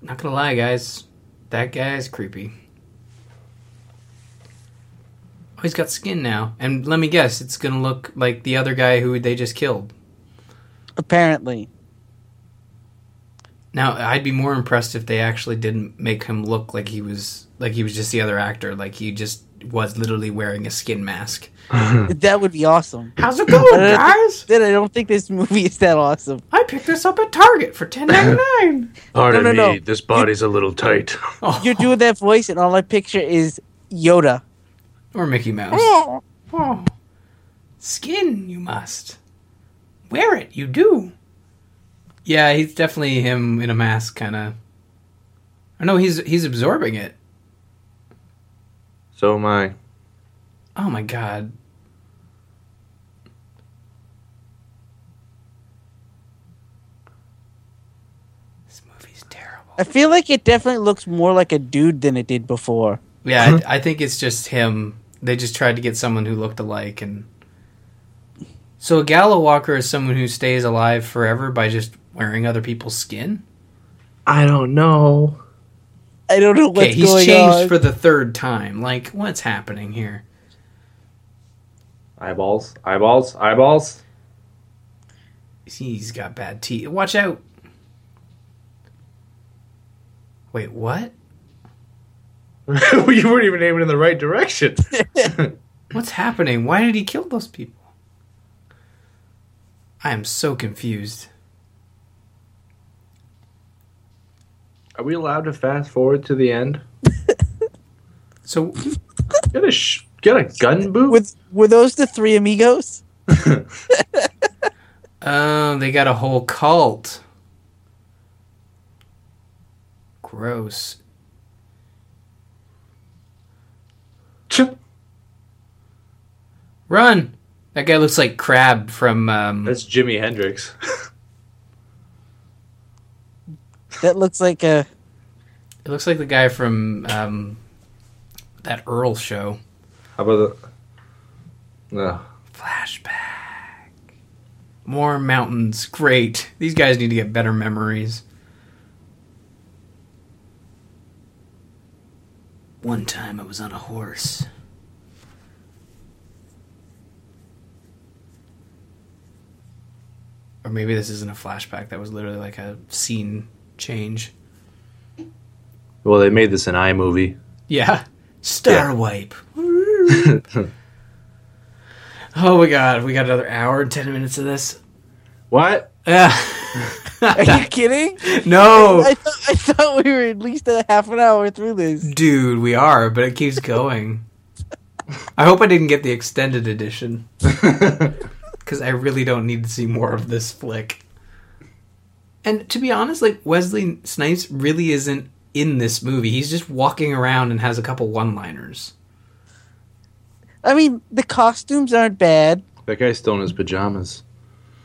[SPEAKER 4] Not gonna lie, guys. That guy's creepy. Oh, he's got skin now. And let me guess, it's gonna look like the other guy who they just killed.
[SPEAKER 5] Apparently,
[SPEAKER 4] Now, I'd be more impressed if they actually didn't make him look like he was like he was just the other actor, like he just was literally wearing a skin mask. Hmm.
[SPEAKER 5] that would be awesome.
[SPEAKER 4] How's it going, guys?
[SPEAKER 5] Then I don't think this movie is that awesome.
[SPEAKER 4] I picked this up at Target for ten ninety nine.
[SPEAKER 3] Pardon
[SPEAKER 5] No, no, Oh. no.
[SPEAKER 3] This body's a little tight.
[SPEAKER 5] You're doing that voice, and all I picture is Yoda.
[SPEAKER 4] Or Mickey Mouse. Oh. Skin, you must. Wear it, you do. Yeah, he's definitely him in a mask, kind of. Oh no, he's he's absorbing it.
[SPEAKER 3] so am I.
[SPEAKER 4] Oh my god. This movie's terrible.
[SPEAKER 5] I feel like it definitely looks more like a dude than it did before.
[SPEAKER 4] Yeah,
[SPEAKER 5] Mm-hmm.
[SPEAKER 4] I, I think it's just him. They just tried to get someone who looked alike, and so a Gala Walker is someone who stays alive forever by just wearing other people's skin.
[SPEAKER 3] I don't know.
[SPEAKER 5] I don't know what's
[SPEAKER 4] Okay, he's
[SPEAKER 5] going
[SPEAKER 4] changed
[SPEAKER 5] on.
[SPEAKER 4] for the third time. Like, what's happening here?
[SPEAKER 3] Eyeballs. Eyeballs. Eyeballs.
[SPEAKER 4] He's got bad teeth. Watch out! Wait, what?
[SPEAKER 3] you weren't even aiming in the right direction.
[SPEAKER 4] What's happening? Why did he kill those people? I am so confused.
[SPEAKER 3] Are we allowed to fast forward to the end?
[SPEAKER 4] So
[SPEAKER 3] Get a sh- get a gun boot.
[SPEAKER 5] With were those the three amigos?
[SPEAKER 4] Oh, they got a whole cult. Gross.
[SPEAKER 3] Ch-
[SPEAKER 4] Run! That guy looks like Crab from. Um,
[SPEAKER 3] That's Jimi Hendrix.
[SPEAKER 5] That looks like a
[SPEAKER 4] it looks like the guy from um, that Earl show.
[SPEAKER 3] How about the? No.
[SPEAKER 4] Flashback. More mountains. Great. These guys need to get better memories. One time I was on a horse. or maybe this isn't a flashback. That was literally like a scene change.
[SPEAKER 3] Well, they made this an iMovie.
[SPEAKER 4] Yeah, star
[SPEAKER 3] Yeah.
[SPEAKER 4] wipe. oh my god, we got another hour and ten minutes of this. Ah.
[SPEAKER 3] What?
[SPEAKER 4] Yeah,
[SPEAKER 5] Are you kidding?
[SPEAKER 4] no,
[SPEAKER 5] I, thought I thought we were at least a half an hour through this.
[SPEAKER 4] dude, we are, but it keeps going. I hope I didn't get the extended edition because I really don't need to see more of this flick. And to be honest, like Wesley Snipes really isn't in this movie. He's just walking around and has a couple one-liners.
[SPEAKER 5] I mean, the costumes aren't bad.
[SPEAKER 3] That guy's still in his pajamas.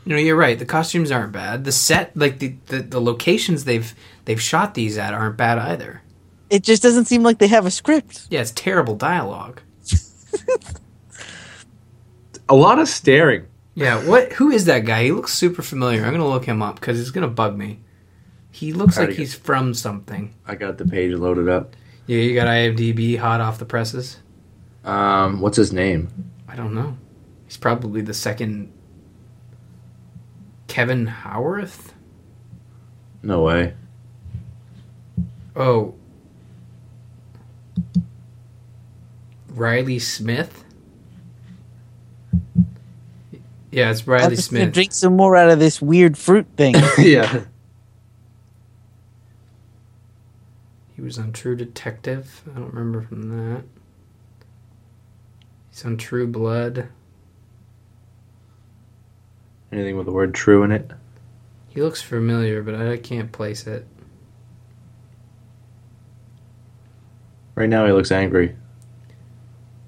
[SPEAKER 4] No, you're right. The costumes aren't bad. The set, like the, the, the locations they've they've shot these at, aren't bad either.
[SPEAKER 5] It just doesn't seem like they have a script.
[SPEAKER 4] Yeah, it's terrible dialogue.
[SPEAKER 3] A lot of staring.
[SPEAKER 4] Yeah, what? Who is that guy? He looks super familiar. I'm gonna look him up because he's gonna bug me. He looks
[SPEAKER 3] Alright,
[SPEAKER 4] like he's from something.
[SPEAKER 3] I got the page loaded up.
[SPEAKER 4] Yeah, you got IMDb hot off the presses.
[SPEAKER 3] Um, what's his name?
[SPEAKER 4] I don't know. He's probably the second Kevin Howarth.
[SPEAKER 3] No way.
[SPEAKER 4] Oh, Riley Smith. Yeah, it's
[SPEAKER 5] I'm
[SPEAKER 4] Riley
[SPEAKER 5] just gonna
[SPEAKER 4] Smith.
[SPEAKER 5] drink some more out of this weird fruit thing.
[SPEAKER 3] yeah.
[SPEAKER 4] He was on True Detective. I don't remember from that. He's on True Blood.
[SPEAKER 3] Anything with the word true in it?
[SPEAKER 4] He looks familiar, but I can't place it.
[SPEAKER 3] Right now he looks angry.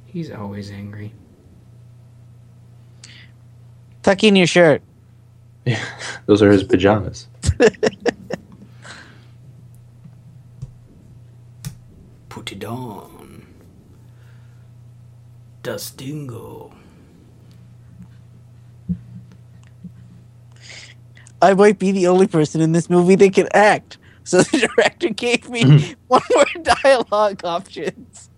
[SPEAKER 4] He's always angry.
[SPEAKER 5] Tuck in your shirt.
[SPEAKER 3] Those are his pajamas.
[SPEAKER 4] Put it on. Dustingo.
[SPEAKER 5] I might be the only person in this movie that can act. So the director gave me one more dialogue options.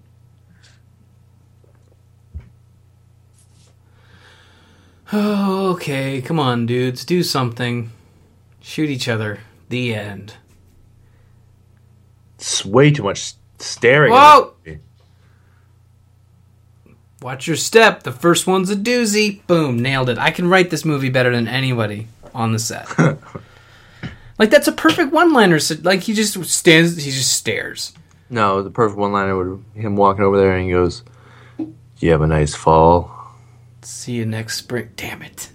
[SPEAKER 4] Oh, okay, come on, dudes. Do something. Shoot each other. The end.
[SPEAKER 3] It's way too much s- staring. in
[SPEAKER 4] Whoa!
[SPEAKER 3] this movie.
[SPEAKER 4] Watch your step. The first one's a doozy. Boom, nailed it. I can write this movie better than anybody on the set. like that's a perfect one-liner. So, like he just stands, he just stares.
[SPEAKER 3] No, the perfect one liner would him walking over there and he goes, "You have a nice fall."
[SPEAKER 4] See you next spring. Damn it.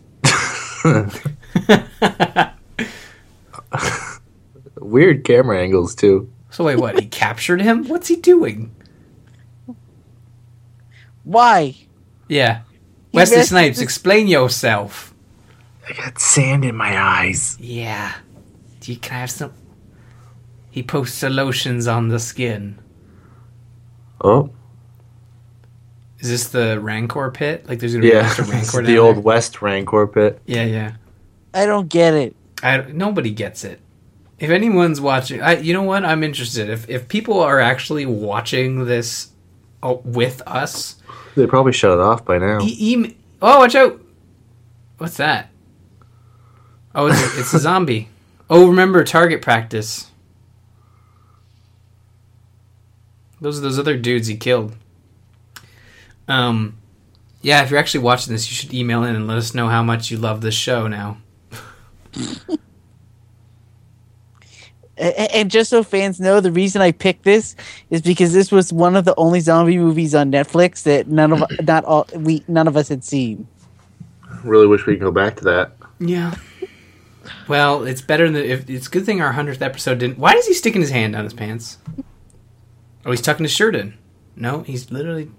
[SPEAKER 3] Weird camera angles too.
[SPEAKER 4] So wait, what? He captured him? What's he doing?
[SPEAKER 5] Why?
[SPEAKER 4] Yeah. Wesley
[SPEAKER 5] messed
[SPEAKER 4] Snipes,
[SPEAKER 5] with-
[SPEAKER 4] explain yourself.
[SPEAKER 3] I got sand in my eyes.
[SPEAKER 4] Yeah. Do you, can I have some? He posts the lotions on the skin.
[SPEAKER 3] Oh,
[SPEAKER 4] Is this the Rancor pit? Like there's gonna be a
[SPEAKER 3] yeah,
[SPEAKER 4] bunch of Rancor down
[SPEAKER 3] the old
[SPEAKER 4] there?
[SPEAKER 3] West Rancor pit.
[SPEAKER 4] Yeah, yeah.
[SPEAKER 5] I don't get it.
[SPEAKER 4] I, nobody gets it. If anyone's watching, I, you know what? I'm interested. If if people are actually watching this uh, with us,
[SPEAKER 3] They probably shut it off by now.
[SPEAKER 4] e- em- oh, watch out! What's that? Oh, it's a, it's a zombie. Oh, remember target practice. Those are those other dudes he killed. Um, yeah. If you're actually watching this, you should email in and let us know how much you love this show now.
[SPEAKER 5] A- a- And just so fans know, the reason I picked this is because this was one of the only zombie movies on Netflix that none of not all we none of us had seen.
[SPEAKER 3] Really wish we could go back to that.
[SPEAKER 4] Yeah. Well, it's better than if it's a good thing our hundredth episode didn't. Why is he sticking his hand down his pants? Oh, he's tucking his shirt in. No, he's literally.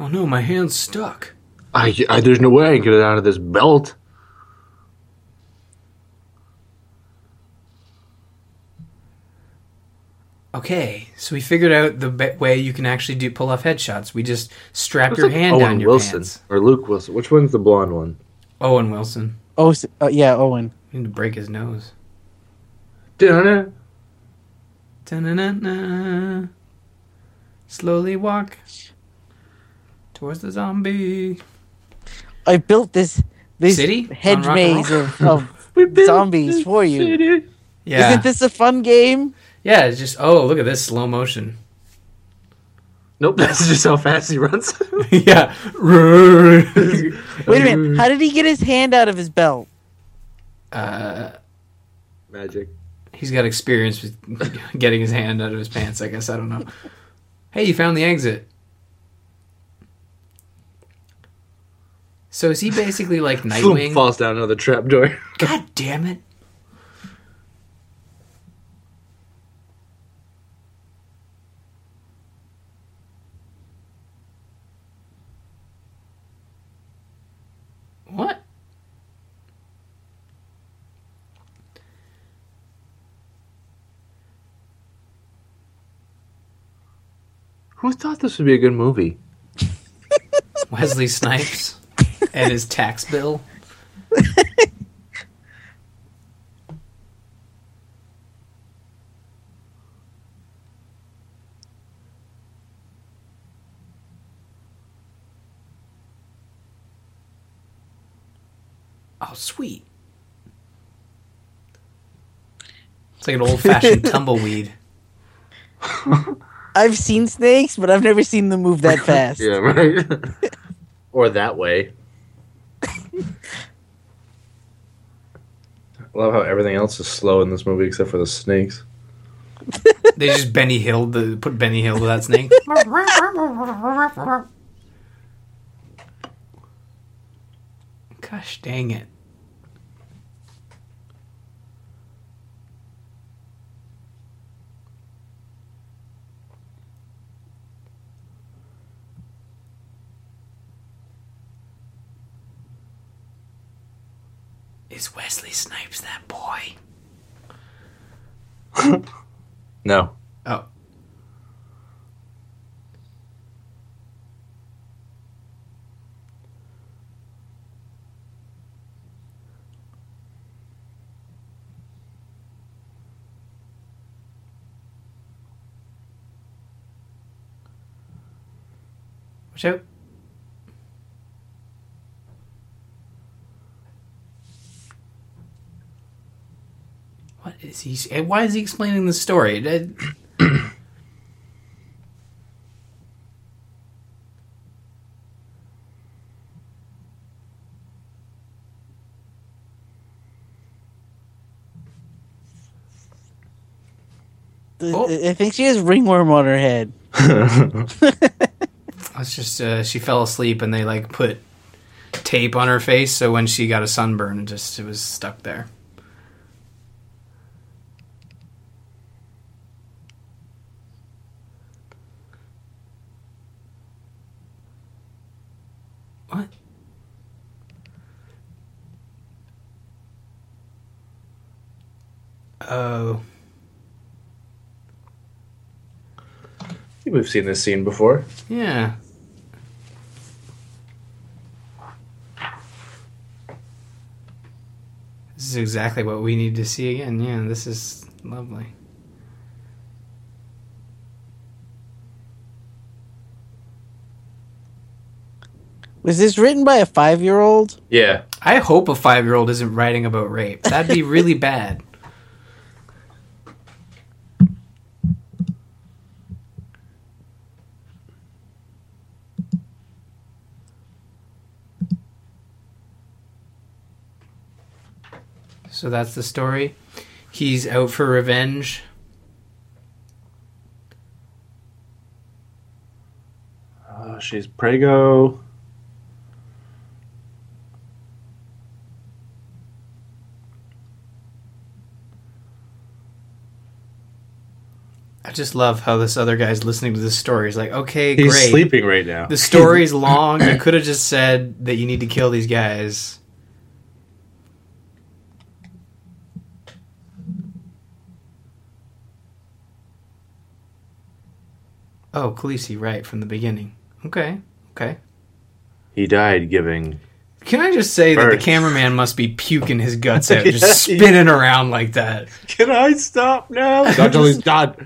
[SPEAKER 4] Oh no, my hand's stuck.
[SPEAKER 3] I, I there's no way I can get it out of this belt.
[SPEAKER 4] Okay, so we figured out the be- way you can actually do pull off headshots. We just strap your hand down your
[SPEAKER 3] Wilson
[SPEAKER 4] pants.
[SPEAKER 3] or Luke Wilson. Which one's the blonde one?
[SPEAKER 4] Owen Wilson.
[SPEAKER 5] Oh, s- uh, yeah, Owen.
[SPEAKER 4] We need to break his nose.
[SPEAKER 3] Dunno.
[SPEAKER 4] Da-na-na-na. Slowly walk towards the zombie.
[SPEAKER 5] I built this this
[SPEAKER 4] City? On
[SPEAKER 5] hedge
[SPEAKER 4] rock and
[SPEAKER 5] maze
[SPEAKER 4] roll?
[SPEAKER 5] of, of zombies for you.
[SPEAKER 4] Yeah.
[SPEAKER 5] Isn't this a fun game?
[SPEAKER 4] yeah, it's just, oh, look at this slow motion.
[SPEAKER 3] Nope, that's just how fast he runs.
[SPEAKER 4] yeah.
[SPEAKER 5] Wait a minute. How did he get his hand out of his belt?
[SPEAKER 4] uh,
[SPEAKER 3] Magic.
[SPEAKER 4] he's got experience with getting his hand out of his pants, I guess. I don't know. Hey, you found the exit. So is he basically like
[SPEAKER 3] Boom,
[SPEAKER 4] Nightwing?
[SPEAKER 3] falls down another trapdoor.
[SPEAKER 4] God damn it. What?
[SPEAKER 3] Who thought this would be a good movie?
[SPEAKER 4] Wesley Snipes and his tax bill. Oh, sweet. It's like an old fashioned tumbleweed.
[SPEAKER 5] I've seen snakes, but I've never seen them move that fast.
[SPEAKER 3] Yeah, right. or that way. I love how everything else is slow in this movie except for the snakes.
[SPEAKER 4] They just Benny Hill, the, put Benny Hill to that snake. Gosh dang it. Is Wesley Snipes that boy?
[SPEAKER 3] No.
[SPEAKER 4] Oh. Watch out. What is he? And why is he explaining the story? Eh, That-
[SPEAKER 5] Th-
[SPEAKER 4] Oh.
[SPEAKER 5] I think she has ringworm on her head.
[SPEAKER 4] It's just uh, she fell asleep and they like put tape on her face, so when she got a sunburn, it just it was stuck there. What? Oh,
[SPEAKER 3] I think we've seen this scene before.
[SPEAKER 4] yeah. This is exactly what we need to see again. Yeah, this is lovely.
[SPEAKER 5] Was this written by a five year old?
[SPEAKER 3] Yeah.
[SPEAKER 4] I hope a five year old isn't writing about rape. That'd be really bad. So that's the story. He's out for revenge.
[SPEAKER 3] Uh, she's Prego.
[SPEAKER 4] I just love how this other guy's listening to this story. He's like, okay,
[SPEAKER 3] He's
[SPEAKER 4] great.
[SPEAKER 3] sleeping right now.
[SPEAKER 4] The story's long. You could have just said that you need to kill these guys. Oh, Khaleesi, right from the beginning. Okay, okay.
[SPEAKER 3] He died giving.
[SPEAKER 4] Can I just say that the
[SPEAKER 3] Birds.
[SPEAKER 4] cameraman must be puking his guts out, just
[SPEAKER 3] Yeah, he-
[SPEAKER 4] spinning around like that?
[SPEAKER 3] Can I stop now? Dodge all these- Dodge.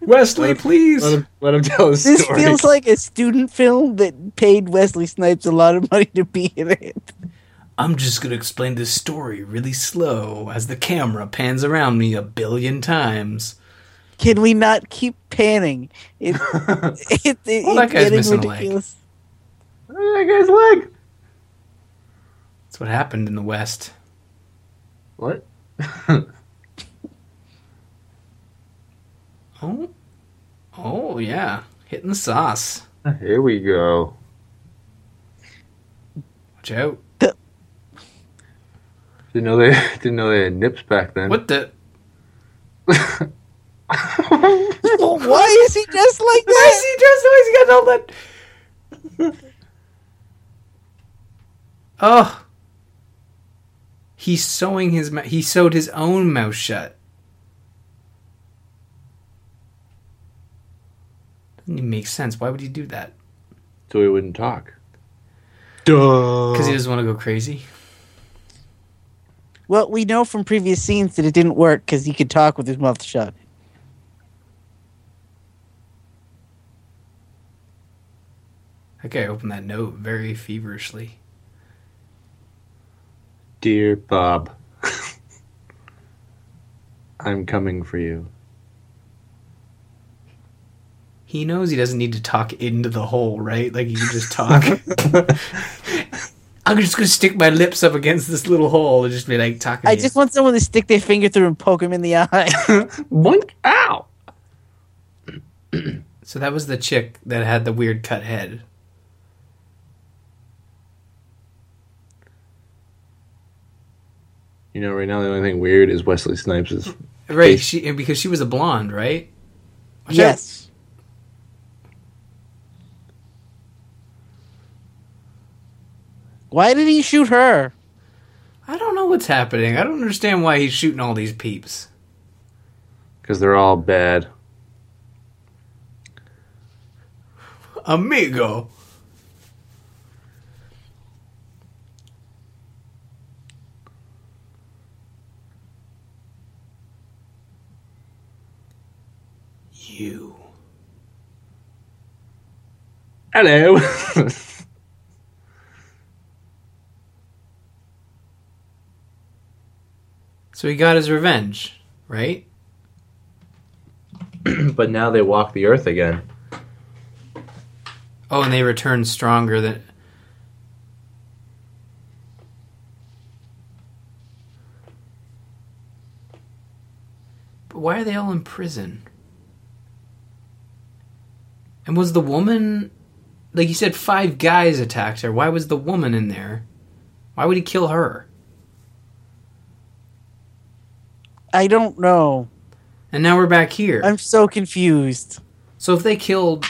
[SPEAKER 4] Wesley, please.
[SPEAKER 3] Let him, let him tell his
[SPEAKER 5] This
[SPEAKER 3] story.
[SPEAKER 5] feels like a student film that paid Wesley Snipes a lot of money to be in it.
[SPEAKER 4] I'm just going to explain this story really slow as the camera pans around me a billion times.
[SPEAKER 5] Can we not keep panning? It, it, it,
[SPEAKER 4] Well, that
[SPEAKER 5] it's
[SPEAKER 4] guy's
[SPEAKER 5] getting
[SPEAKER 4] missing a leg.
[SPEAKER 5] ridiculous.
[SPEAKER 3] that guy's leg.
[SPEAKER 4] That's what happened in the West.
[SPEAKER 3] What?
[SPEAKER 4] Oh, oh yeah, hitting the sauce.
[SPEAKER 3] Here we go.
[SPEAKER 4] Watch out!
[SPEAKER 3] Didn't know they didn't know they had nips back then.
[SPEAKER 4] What the?
[SPEAKER 5] Why is he just like that?
[SPEAKER 4] he dressed the way he's got all that? oh, he's sewing his mouth. He sewed his own mouth shut. Doesn't even make sense. Why would he do that?
[SPEAKER 3] So he wouldn't talk.
[SPEAKER 4] Because he doesn't want to go crazy.
[SPEAKER 5] Well, we know from previous scenes that it didn't work because he could talk with his mouth shut.
[SPEAKER 4] That guy opened that note very feverishly.
[SPEAKER 3] Dear Bob, I'm coming for you.
[SPEAKER 4] He knows he doesn't need to talk into the hole, right? Like he can just talk. I'm just gonna stick my lips up against this little hole and just be like talking.
[SPEAKER 5] I
[SPEAKER 4] to
[SPEAKER 5] just want someone to stick their finger through and poke him in the eye.
[SPEAKER 3] One ow.
[SPEAKER 4] you. So that was the chick that had the weird cut head.
[SPEAKER 3] You know, right now the only thing weird is Wesley Snipes is
[SPEAKER 4] Right?
[SPEAKER 3] Face.
[SPEAKER 4] She and because she was a blonde, right? Watch
[SPEAKER 5] yes. Why did he shoot her?
[SPEAKER 4] out. I don't know what's happening. I don't understand why he's shooting all these peeps.
[SPEAKER 3] because they're all bad.
[SPEAKER 4] Amigo. You.
[SPEAKER 3] Hello.
[SPEAKER 4] So he got his revenge, right?
[SPEAKER 3] but now they walk the earth again.
[SPEAKER 4] Oh, and they return stronger than. But why are they all in prison? And was the woman. Like you said, five guys attacked her. Why was the woman in there? Why would he kill her?
[SPEAKER 5] I don't know.
[SPEAKER 4] And now we're back here.
[SPEAKER 5] I'm so confused.
[SPEAKER 4] So if they killed.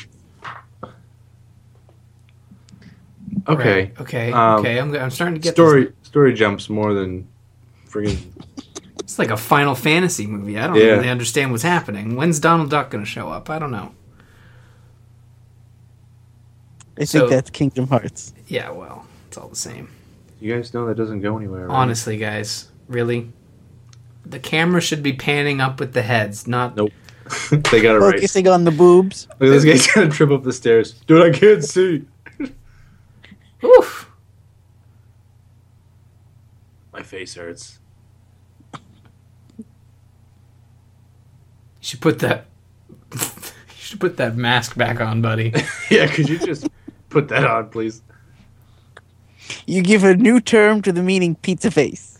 [SPEAKER 3] Okay.
[SPEAKER 4] Right, okay.
[SPEAKER 3] Um,
[SPEAKER 4] okay. I'm, I'm starting to get
[SPEAKER 3] Story
[SPEAKER 4] This.
[SPEAKER 3] story jumps more than friggin'
[SPEAKER 4] It's like a Final Fantasy movie. I don't
[SPEAKER 3] Yeah.
[SPEAKER 4] really understand what's happening. When's Donald Duck going to show up? I don't know.
[SPEAKER 5] I think
[SPEAKER 4] So-
[SPEAKER 5] that's Kingdom Hearts.
[SPEAKER 4] Yeah, well, it's all the same.
[SPEAKER 3] You guys know that doesn't go anywhere. Right?
[SPEAKER 4] Honestly, guys, really, the camera should be panning up with the heads, not.
[SPEAKER 3] Nope. they got it right. Look,
[SPEAKER 5] Focusing on the boobs.
[SPEAKER 3] this guy's gonna trip up the stairs. Dude, I can't see.
[SPEAKER 4] Oof.
[SPEAKER 3] My face hurts.
[SPEAKER 4] You should put that. you should put that mask back on, buddy.
[SPEAKER 3] yeah, could you just put that on, please?
[SPEAKER 5] You give a new term to the meaning pizza face.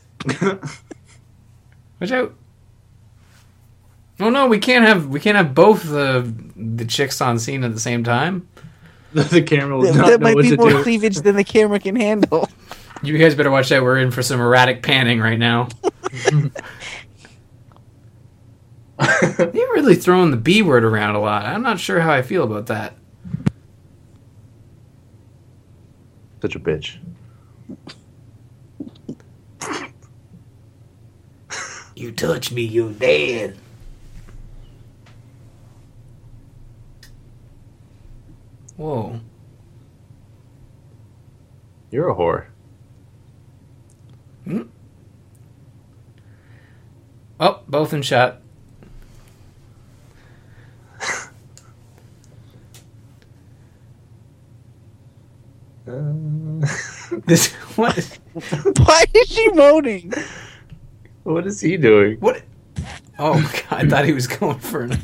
[SPEAKER 4] Watch out. Oh no, we can't have we can't have both the the chicks on scene at the same time.
[SPEAKER 3] the camera will
[SPEAKER 5] That,
[SPEAKER 3] not
[SPEAKER 5] that
[SPEAKER 3] know
[SPEAKER 5] might
[SPEAKER 3] what
[SPEAKER 5] be
[SPEAKER 3] to
[SPEAKER 5] more
[SPEAKER 3] do.
[SPEAKER 5] cleavage than the camera can handle.
[SPEAKER 4] You guys better watch that. We're in for some erratic panning right now. You're really throwing the B word around a lot. I'm not sure how I feel about that.
[SPEAKER 3] Such a bitch.
[SPEAKER 4] You touch me, you dead. Whoa.
[SPEAKER 3] You're a whore.
[SPEAKER 4] Oh, both in shot. This what?
[SPEAKER 5] Why is she moaning?
[SPEAKER 3] What is he doing?
[SPEAKER 4] What? Oh God! I thought he was going for an.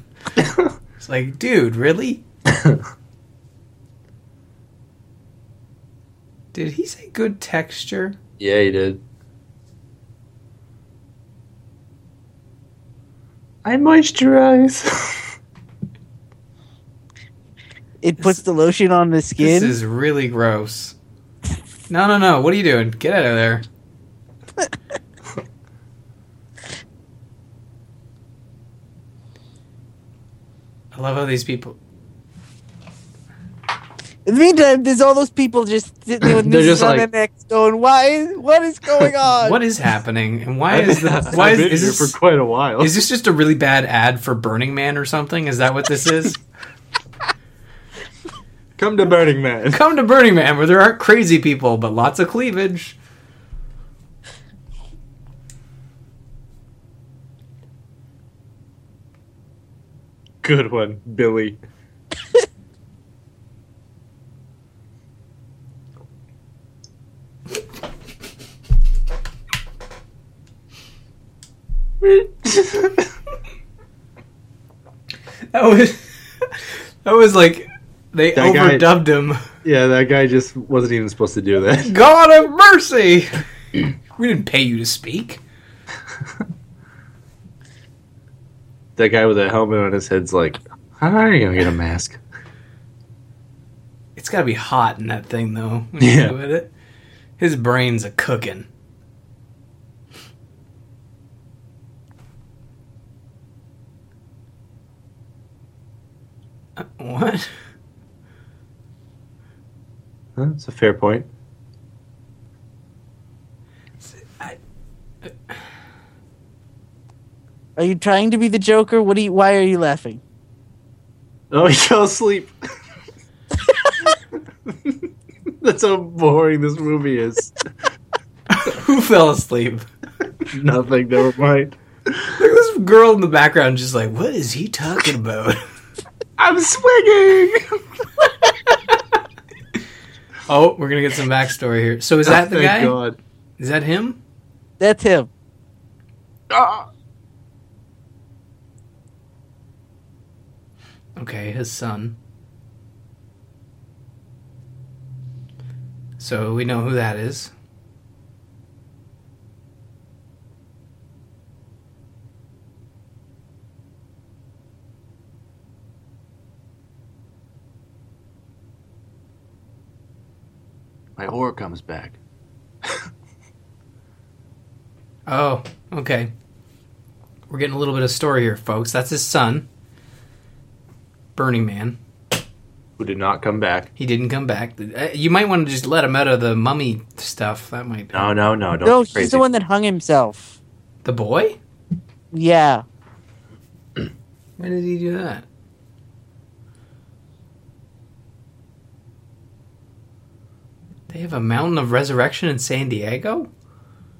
[SPEAKER 4] It's like, dude, really? Did he say good texture?
[SPEAKER 3] Yeah, he did. I moisturize.
[SPEAKER 5] It puts the lotion on the
[SPEAKER 4] This
[SPEAKER 5] skin.
[SPEAKER 4] is really gross. No, no, no! What are you doing? Get out of there! I love how these people.
[SPEAKER 5] In the meantime, there's all those people just sitting there with
[SPEAKER 3] They're
[SPEAKER 5] nooses
[SPEAKER 3] just
[SPEAKER 5] on
[SPEAKER 3] like-
[SPEAKER 5] their necks, going, "Why? is- What is going on?"
[SPEAKER 4] What is happening? And why is the why
[SPEAKER 3] I've
[SPEAKER 4] is,
[SPEAKER 3] been
[SPEAKER 4] is
[SPEAKER 3] here
[SPEAKER 4] this
[SPEAKER 3] for quite a while.
[SPEAKER 4] Is this just a really bad ad for Burning Man or something? Is that what this is?
[SPEAKER 3] Come to Burning Man.
[SPEAKER 4] Come to Burning Man where there aren't crazy people but lots of cleavage.
[SPEAKER 3] Good one, Billy.
[SPEAKER 4] That was that was like they
[SPEAKER 3] That guy-
[SPEAKER 4] overdubbed him.
[SPEAKER 3] Yeah, that guy just wasn't even supposed to do that.
[SPEAKER 4] God of mercy! we didn't pay you to speak.
[SPEAKER 3] That guy with a helmet on his head's like, how are you gonna get a mask?
[SPEAKER 4] It's gotta be hot in that thing though. When you
[SPEAKER 3] Yeah.
[SPEAKER 4] do it. His brain's a cooking. Uh, What?
[SPEAKER 3] Huh, That's a fair point.
[SPEAKER 5] Are you trying to be the Joker? What? Are you, why are you laughing?
[SPEAKER 3] Oh, he fell asleep. That's how boring this movie is.
[SPEAKER 4] Who fell asleep?
[SPEAKER 3] Nothing, never mind.
[SPEAKER 4] Look at this girl in the background just like, what is he talking about?
[SPEAKER 3] I'm swinging!
[SPEAKER 4] oh, we're gonna get some backstory here. So is that the
[SPEAKER 3] Thank
[SPEAKER 4] guy?
[SPEAKER 3] God.
[SPEAKER 4] Is that him?
[SPEAKER 5] That's him.
[SPEAKER 3] Ah.
[SPEAKER 4] Okay, his son. So we know who that is.
[SPEAKER 3] My horror comes back.
[SPEAKER 4] Oh, okay. We're getting a little bit of story here, folks. That's his son, Burning Man.
[SPEAKER 3] Who did not come back.
[SPEAKER 4] He didn't come back. Uh, You might want to just let him out of the mummy stuff. That might be
[SPEAKER 3] No, no, no, don't
[SPEAKER 5] No,
[SPEAKER 3] be crazy.
[SPEAKER 5] he's the one that hung himself.
[SPEAKER 4] the boy.
[SPEAKER 5] Yeah,
[SPEAKER 4] Why did he do that? They have a mountain of resurrection in San Diego?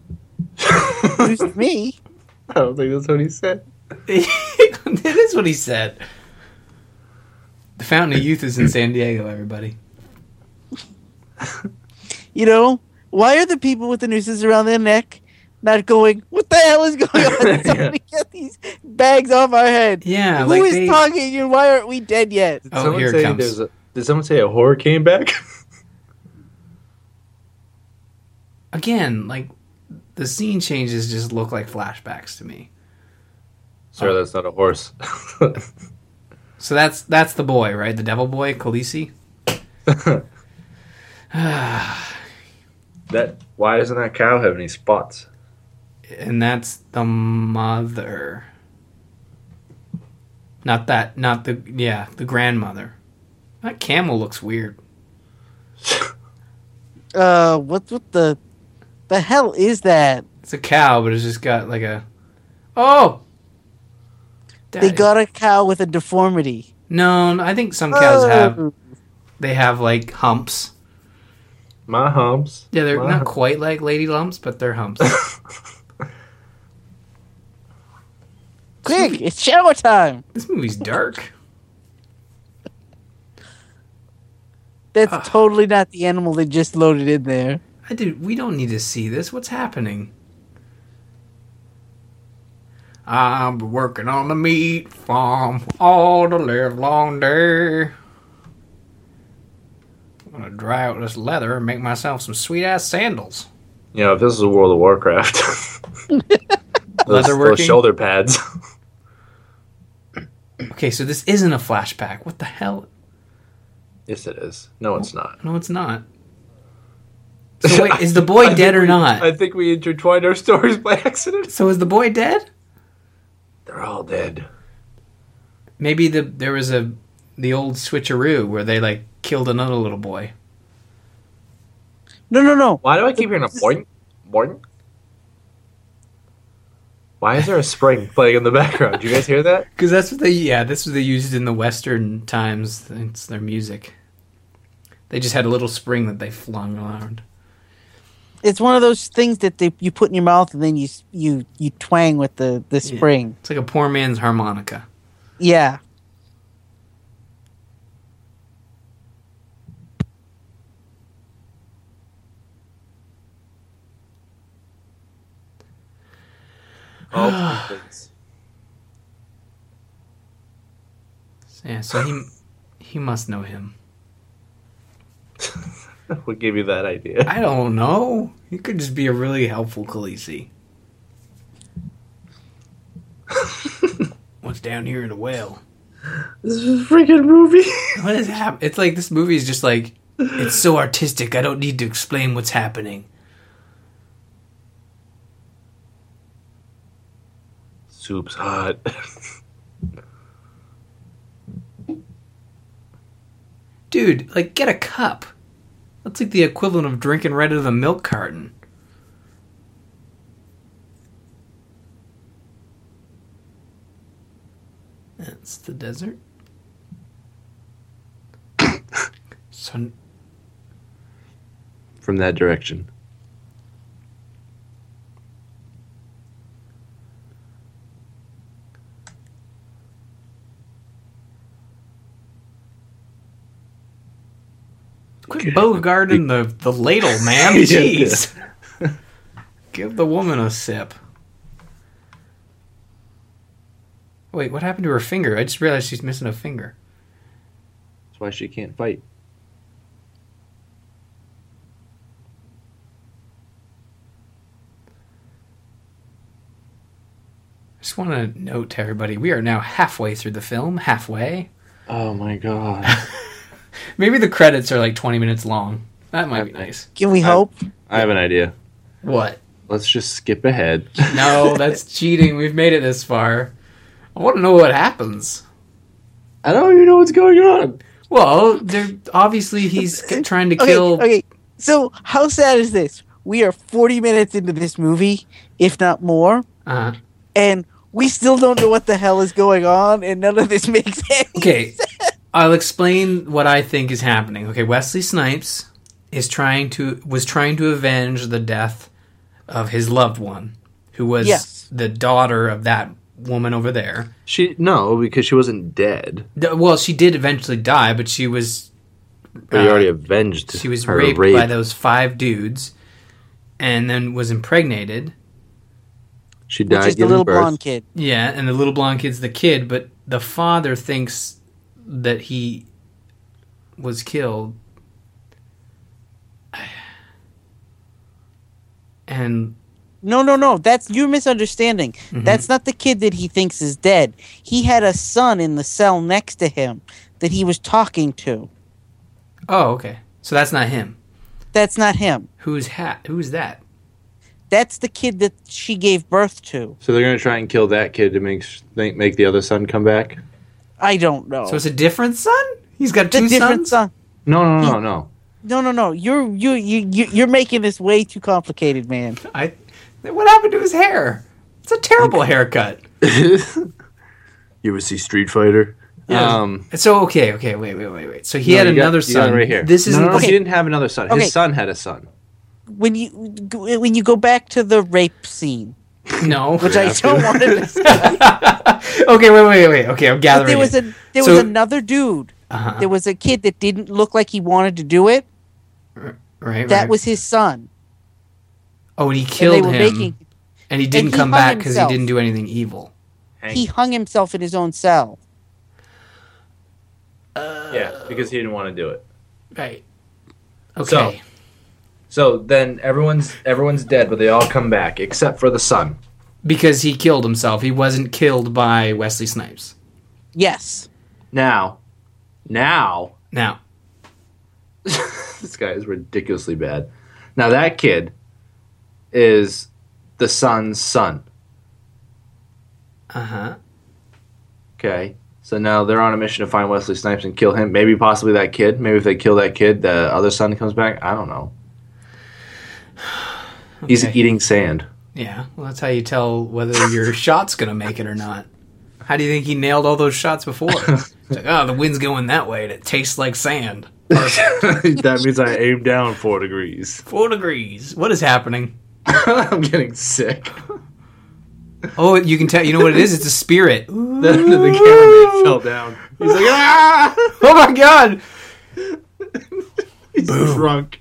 [SPEAKER 5] who's me?
[SPEAKER 3] I don't think that's what he said.
[SPEAKER 4] that is what he said. The Fountain of Youth is in San Diego, everybody.
[SPEAKER 5] You know, why are the people with the nooses around their neck not going? What the hell is going on? Somebody get these bags off our head.
[SPEAKER 4] Yeah,
[SPEAKER 5] Who is
[SPEAKER 4] like they-
[SPEAKER 5] talking? And why aren't we dead yet?
[SPEAKER 3] Did
[SPEAKER 4] Oh,
[SPEAKER 3] someone
[SPEAKER 4] here it
[SPEAKER 3] say
[SPEAKER 4] comes.
[SPEAKER 3] there's A, did someone say a horror came back?
[SPEAKER 4] Again, like the scene changes just look like flashbacks to me.
[SPEAKER 3] Sir,
[SPEAKER 6] Uh-huh.
[SPEAKER 3] that's not a horse.
[SPEAKER 4] So that's that's the boy, right? The devil boy, Khaleesi.
[SPEAKER 3] that why doesn't that cow have any spots?
[SPEAKER 4] And that's the mother. Not that not the yeah, the grandmother. That camel looks weird.
[SPEAKER 5] Uh, what? What the? The hell is that?
[SPEAKER 4] It's a cow, but it's just got like a Oh
[SPEAKER 5] They
[SPEAKER 4] Daddy.
[SPEAKER 5] got a cow with a deformity.
[SPEAKER 4] No, no, I think some cows have
[SPEAKER 5] Oh.
[SPEAKER 4] they have like humps.
[SPEAKER 3] My humps.
[SPEAKER 4] Yeah, they're
[SPEAKER 3] My
[SPEAKER 4] not
[SPEAKER 3] humps.
[SPEAKER 4] quite like lady lumps, but they're humps.
[SPEAKER 5] Quick, it's shower time.
[SPEAKER 4] this movie's dark.
[SPEAKER 5] That's totally not the animal they just loaded in there.
[SPEAKER 4] I did. We don't need to see this. What's happening? I'm working on the meat farm all the live long day. I'm gonna dry out this leather and make myself some sweet ass sandals.
[SPEAKER 6] You know, if this is World of Warcraft, those,
[SPEAKER 4] Leather
[SPEAKER 6] those
[SPEAKER 4] working?
[SPEAKER 6] shoulder pads.
[SPEAKER 4] Okay, so this isn't a flashback. What the hell?
[SPEAKER 6] yes, it is. No, it's not.
[SPEAKER 4] No, it's not. So wait, is the boy dead or not?
[SPEAKER 6] I think we intertwined our stories by accident.
[SPEAKER 4] So is the boy dead?
[SPEAKER 6] They're all dead.
[SPEAKER 4] Maybe the there was a the old switcheroo where they like killed another little boy.
[SPEAKER 5] No, no, no.
[SPEAKER 6] Why do I keep hearing a boing, boing? Why is there a spring playing in the background? Do you guys hear that?
[SPEAKER 4] Because that's what they yeah, this was they used in the Western times. It's their music. They just had a little spring that they flung around.
[SPEAKER 5] It's one of those things that they, you put in your mouth and then you s- you you twang with the the spring.
[SPEAKER 4] It's like a poor man's harmonica.
[SPEAKER 5] Yeah.
[SPEAKER 6] Oh, please.
[SPEAKER 4] Yeah, so he he must know him.
[SPEAKER 6] what gave you that idea?
[SPEAKER 4] I don't know. He could just be a really helpful Khaleesi. What's down here in the well?
[SPEAKER 6] This is a freaking movie.
[SPEAKER 4] What is happening? It's like this movie is just like it's so artistic. I don't need to explain what's happening.
[SPEAKER 6] Soup's hot.
[SPEAKER 4] Dude, like get a cup. That's like the equivalent of drinking right out of the milk carton. That's the desert. So
[SPEAKER 3] from that direction.
[SPEAKER 4] quit bogarting the, the ladle, man. Jeez. Give the woman a sip. Wait, what happened to her finger? I just realized she's missing a finger.
[SPEAKER 3] That's why she can't fight.
[SPEAKER 4] I just want to note to everybody, we are now halfway through the film. Halfway.
[SPEAKER 3] Oh my god.
[SPEAKER 4] Maybe the credits are like 20 minutes long. That might be nice.
[SPEAKER 5] Can we hope?
[SPEAKER 3] I have an idea.
[SPEAKER 4] What?
[SPEAKER 3] Let's just skip ahead.
[SPEAKER 4] No, that's cheating. We've made it this far. I want to know what happens.
[SPEAKER 3] I don't even know what's going on.
[SPEAKER 4] Well, they're, obviously he's c- trying to
[SPEAKER 5] okay,
[SPEAKER 4] kill.
[SPEAKER 5] okay. So how sad is this? We are 40 minutes into this movie, if not more,
[SPEAKER 4] Uh,
[SPEAKER 5] and we still don't know what the hell is going on, and none of this makes any.
[SPEAKER 4] okay, I'll explain what I think is happening. Okay, Wesley Snipes is trying to was trying to avenge the death of his loved one, who was
[SPEAKER 5] Yes.
[SPEAKER 4] the daughter of that woman over there.
[SPEAKER 6] She no, because she wasn't dead.
[SPEAKER 4] D- Well, she did eventually die, but she was
[SPEAKER 6] But
[SPEAKER 4] Uh,
[SPEAKER 6] you already avenged.
[SPEAKER 4] she was
[SPEAKER 6] her
[SPEAKER 4] raped
[SPEAKER 6] rape.
[SPEAKER 4] by those five dudes, and then was impregnated.
[SPEAKER 6] She
[SPEAKER 5] Which
[SPEAKER 6] died
[SPEAKER 5] is the
[SPEAKER 6] giving
[SPEAKER 5] little
[SPEAKER 6] birth.
[SPEAKER 5] blonde kid.
[SPEAKER 4] Yeah, and the little blonde kid's the kid, but the father thinks that he was killed. And
[SPEAKER 5] No, no, no. That's you're misunderstanding.
[SPEAKER 4] Mm-hmm.
[SPEAKER 5] That's not the kid that he thinks is dead. He had a son in the cell next to him that he was talking to.
[SPEAKER 4] oh, okay, so that's not him.
[SPEAKER 5] That's not him.
[SPEAKER 4] Who's hat? Who's that?
[SPEAKER 5] That's the kid that she gave birth to.
[SPEAKER 3] So they're gonna try and kill that kid to make sh- think make the other son come back.
[SPEAKER 5] I don't know.
[SPEAKER 4] So it's a different son. He's got
[SPEAKER 5] the
[SPEAKER 4] two
[SPEAKER 5] different son.
[SPEAKER 4] sons.
[SPEAKER 3] No, no, no, no.
[SPEAKER 5] No, no, no. You're you you you- you're making this way too complicated, man.
[SPEAKER 4] I. What happened to his hair? It's a terrible haircut.
[SPEAKER 6] You ever see Street Fighter?
[SPEAKER 4] Yeah.
[SPEAKER 3] Um,
[SPEAKER 4] So okay, okay, wait, wait, wait, wait. So he
[SPEAKER 3] no,
[SPEAKER 4] had
[SPEAKER 3] you got-
[SPEAKER 4] another
[SPEAKER 3] you got it
[SPEAKER 4] son.
[SPEAKER 3] right here.
[SPEAKER 4] This
[SPEAKER 3] no,
[SPEAKER 4] is
[SPEAKER 3] no, no,
[SPEAKER 5] okay.
[SPEAKER 3] he didn't have another son.
[SPEAKER 5] Okay.
[SPEAKER 3] His son had a son.
[SPEAKER 5] When you when you go back to the rape scene,
[SPEAKER 4] no.
[SPEAKER 5] which I don't want to.
[SPEAKER 4] okay, wait, wait, wait. Okay, I'm
[SPEAKER 5] But
[SPEAKER 4] gathering.
[SPEAKER 5] there was
[SPEAKER 4] it.
[SPEAKER 5] a there
[SPEAKER 4] So-
[SPEAKER 5] was another dude
[SPEAKER 4] Uh-huh.
[SPEAKER 5] There was a kid that didn't look like he wanted to do it.
[SPEAKER 4] Right.
[SPEAKER 5] That
[SPEAKER 4] right.
[SPEAKER 5] was his son.
[SPEAKER 4] Oh, and he killed
[SPEAKER 5] were
[SPEAKER 4] him,
[SPEAKER 5] making-
[SPEAKER 4] and he didn't
[SPEAKER 5] he
[SPEAKER 4] come
[SPEAKER 5] hung
[SPEAKER 4] back because he
[SPEAKER 5] himself.
[SPEAKER 4] didn't do anything evil.
[SPEAKER 5] He hung himself in his own cell.
[SPEAKER 3] yeah, because he didn't want to do it.
[SPEAKER 4] Right. Okay.
[SPEAKER 3] So- So then everyone's everyone's dead, but they all come back except for the son.
[SPEAKER 4] because he killed himself, he wasn't killed by Wesley Snipes.
[SPEAKER 5] Yes.
[SPEAKER 3] Now, now
[SPEAKER 4] Now,
[SPEAKER 3] this guy is ridiculously bad. Now that kid is the son's son.
[SPEAKER 4] uh huh.
[SPEAKER 3] Okay. So now they're on a mission to find Wesley Snipes and kill him. Maybe possibly that kid. Maybe if they kill that kid, the other son comes back. I don't know. He's
[SPEAKER 4] Okay.
[SPEAKER 3] eating sand.
[SPEAKER 4] Yeah. Well, that's how you tell whether your shot's gonna make it or not. How do you think he nailed all those shots before? It's like, oh, the wind's going that way, and it tastes like sand.
[SPEAKER 3] that means I aim down four degrees.
[SPEAKER 4] Four degrees. What is happening?
[SPEAKER 3] I'm getting sick.
[SPEAKER 4] Oh, you can tell. You know what it is? It's a spirit. Ooh.
[SPEAKER 3] the, the cameraman fell down. He's like, ah!
[SPEAKER 4] Oh my god!
[SPEAKER 3] He's drunk.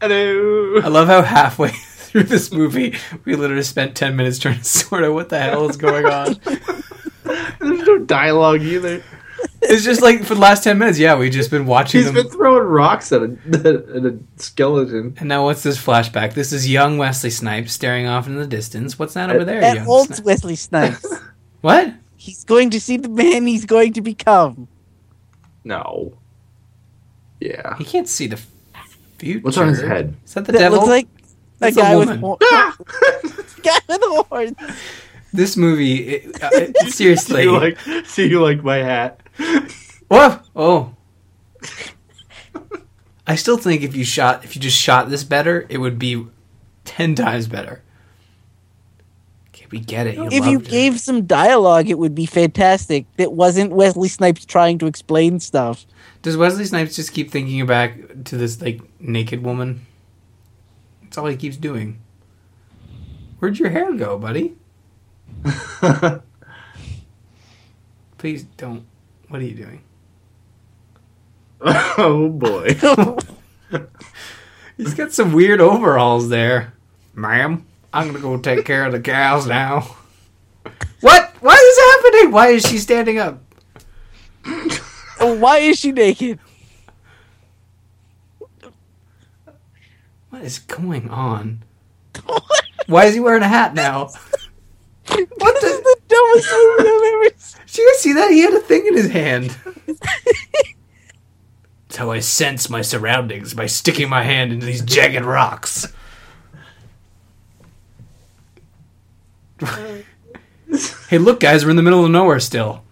[SPEAKER 3] Hello.
[SPEAKER 4] I love how halfway through this movie, we literally spent 10 minutes trying to sort out what the hell is going on.
[SPEAKER 3] There's no dialogue either.
[SPEAKER 4] It's just like for the last 10 minutes, yeah, we've just been watching
[SPEAKER 3] He's
[SPEAKER 4] them.
[SPEAKER 3] been throwing rocks at a, at a skeleton.
[SPEAKER 4] And now what's this flashback? This is young Wesley Snipes staring off into the distance. What's that over there,
[SPEAKER 5] That
[SPEAKER 4] young
[SPEAKER 5] old
[SPEAKER 4] Sni-
[SPEAKER 5] Wesley Snipes.
[SPEAKER 4] What?
[SPEAKER 5] he's going to see the man he's going to become.
[SPEAKER 3] No. Yeah.
[SPEAKER 4] He can't see the future.
[SPEAKER 3] What's on his head?
[SPEAKER 4] Is that the
[SPEAKER 5] That
[SPEAKER 4] devil?
[SPEAKER 5] looks like a Ah!
[SPEAKER 4] That's a
[SPEAKER 5] guy with
[SPEAKER 4] woman.
[SPEAKER 5] hor- guy with horns.
[SPEAKER 4] this movie, it, uh, it- seriously.
[SPEAKER 3] Do you like? Do you like my hat?
[SPEAKER 4] Whoa! Oh. I still think if you shot, if you just shot this better, it would be 10 times better. Okay, we get it. You
[SPEAKER 5] If you
[SPEAKER 4] loved it.
[SPEAKER 5] gave some dialogue, it would be fantastic. That wasn't Wesley Snipes trying to explain stuff.
[SPEAKER 4] Does Wesley Snipes just keep thinking back to this like naked woman? That's all he keeps doing. Where'd your hair go, buddy? Please don't. What are you doing?
[SPEAKER 3] oh boy.
[SPEAKER 4] He's got some weird overalls there. Ma'am, I'm gonna go take care of the cows now. What? What is happening? Why is she standing up?
[SPEAKER 5] Oh, Why is she naked?
[SPEAKER 4] What is going on? Why is he wearing a hat now?
[SPEAKER 5] What this is the dumbest thing I've ever seen.
[SPEAKER 4] Did you guys see that? He had a thing in his hand. That's how I sense my surroundings by sticking my hand into these jagged rocks. hey, look, guys, we're in the middle of nowhere still.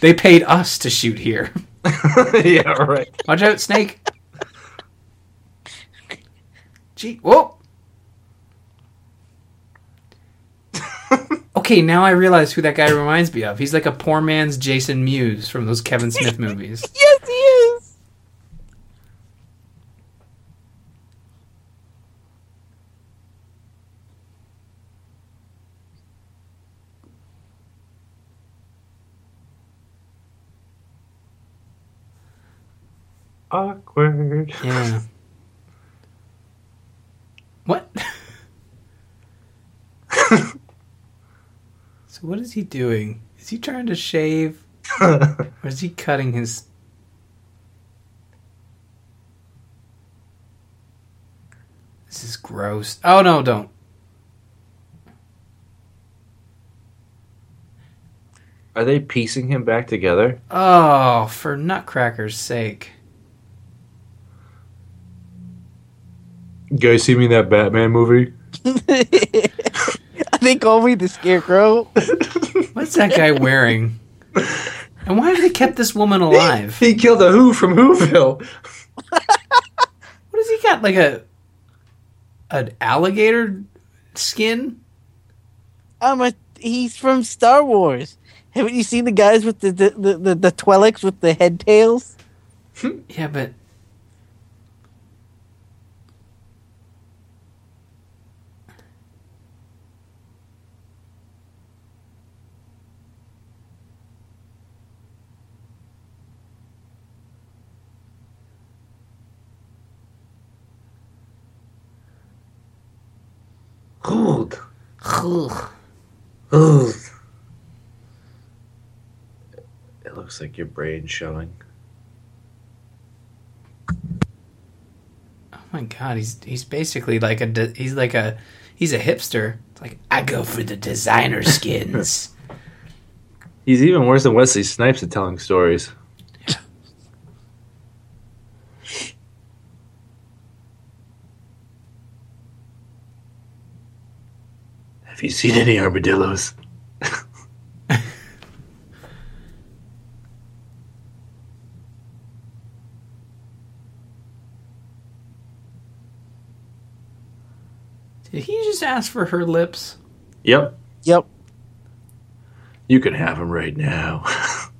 [SPEAKER 4] they paid us to shoot here.
[SPEAKER 3] yeah. Right.
[SPEAKER 4] Watch out, snake. Gee, whoa. okay, now I realize who that guy reminds me of. He's like a poor man's Jason Mewes from those Kevin Smith movies.
[SPEAKER 5] Yes, he is.
[SPEAKER 7] Awkward.
[SPEAKER 4] Yeah. What? so what is he doing? Is he trying to shave? or is he cutting his This is gross. Oh no, don't.
[SPEAKER 3] Are they piecing him back together?
[SPEAKER 4] Oh, for nutcracker's sake.
[SPEAKER 7] You guys see me in that Batman movie?
[SPEAKER 5] I think only the scarecrow.
[SPEAKER 4] What's that guy wearing? And why have they kept this woman alive?
[SPEAKER 3] He killed a Who from Whoville.
[SPEAKER 4] What has he got? Like a an alligator skin?
[SPEAKER 5] I'm a. He's from Star Wars. Haven't you seen the guys with the the the, the, the Twi'leks with the head tails?
[SPEAKER 4] Yeah, but
[SPEAKER 3] Hoog. It looks like your brain showing.
[SPEAKER 4] Oh my god, he's he's basically like a de- he's like a he's a hipster. It's like I go for the designer skins.
[SPEAKER 3] He's even worse than Wesley Snipes at telling stories. Have you seen any armadillos?
[SPEAKER 4] Did he just ask for her lips?
[SPEAKER 3] Yep.
[SPEAKER 5] Yep.
[SPEAKER 3] You can have him right now.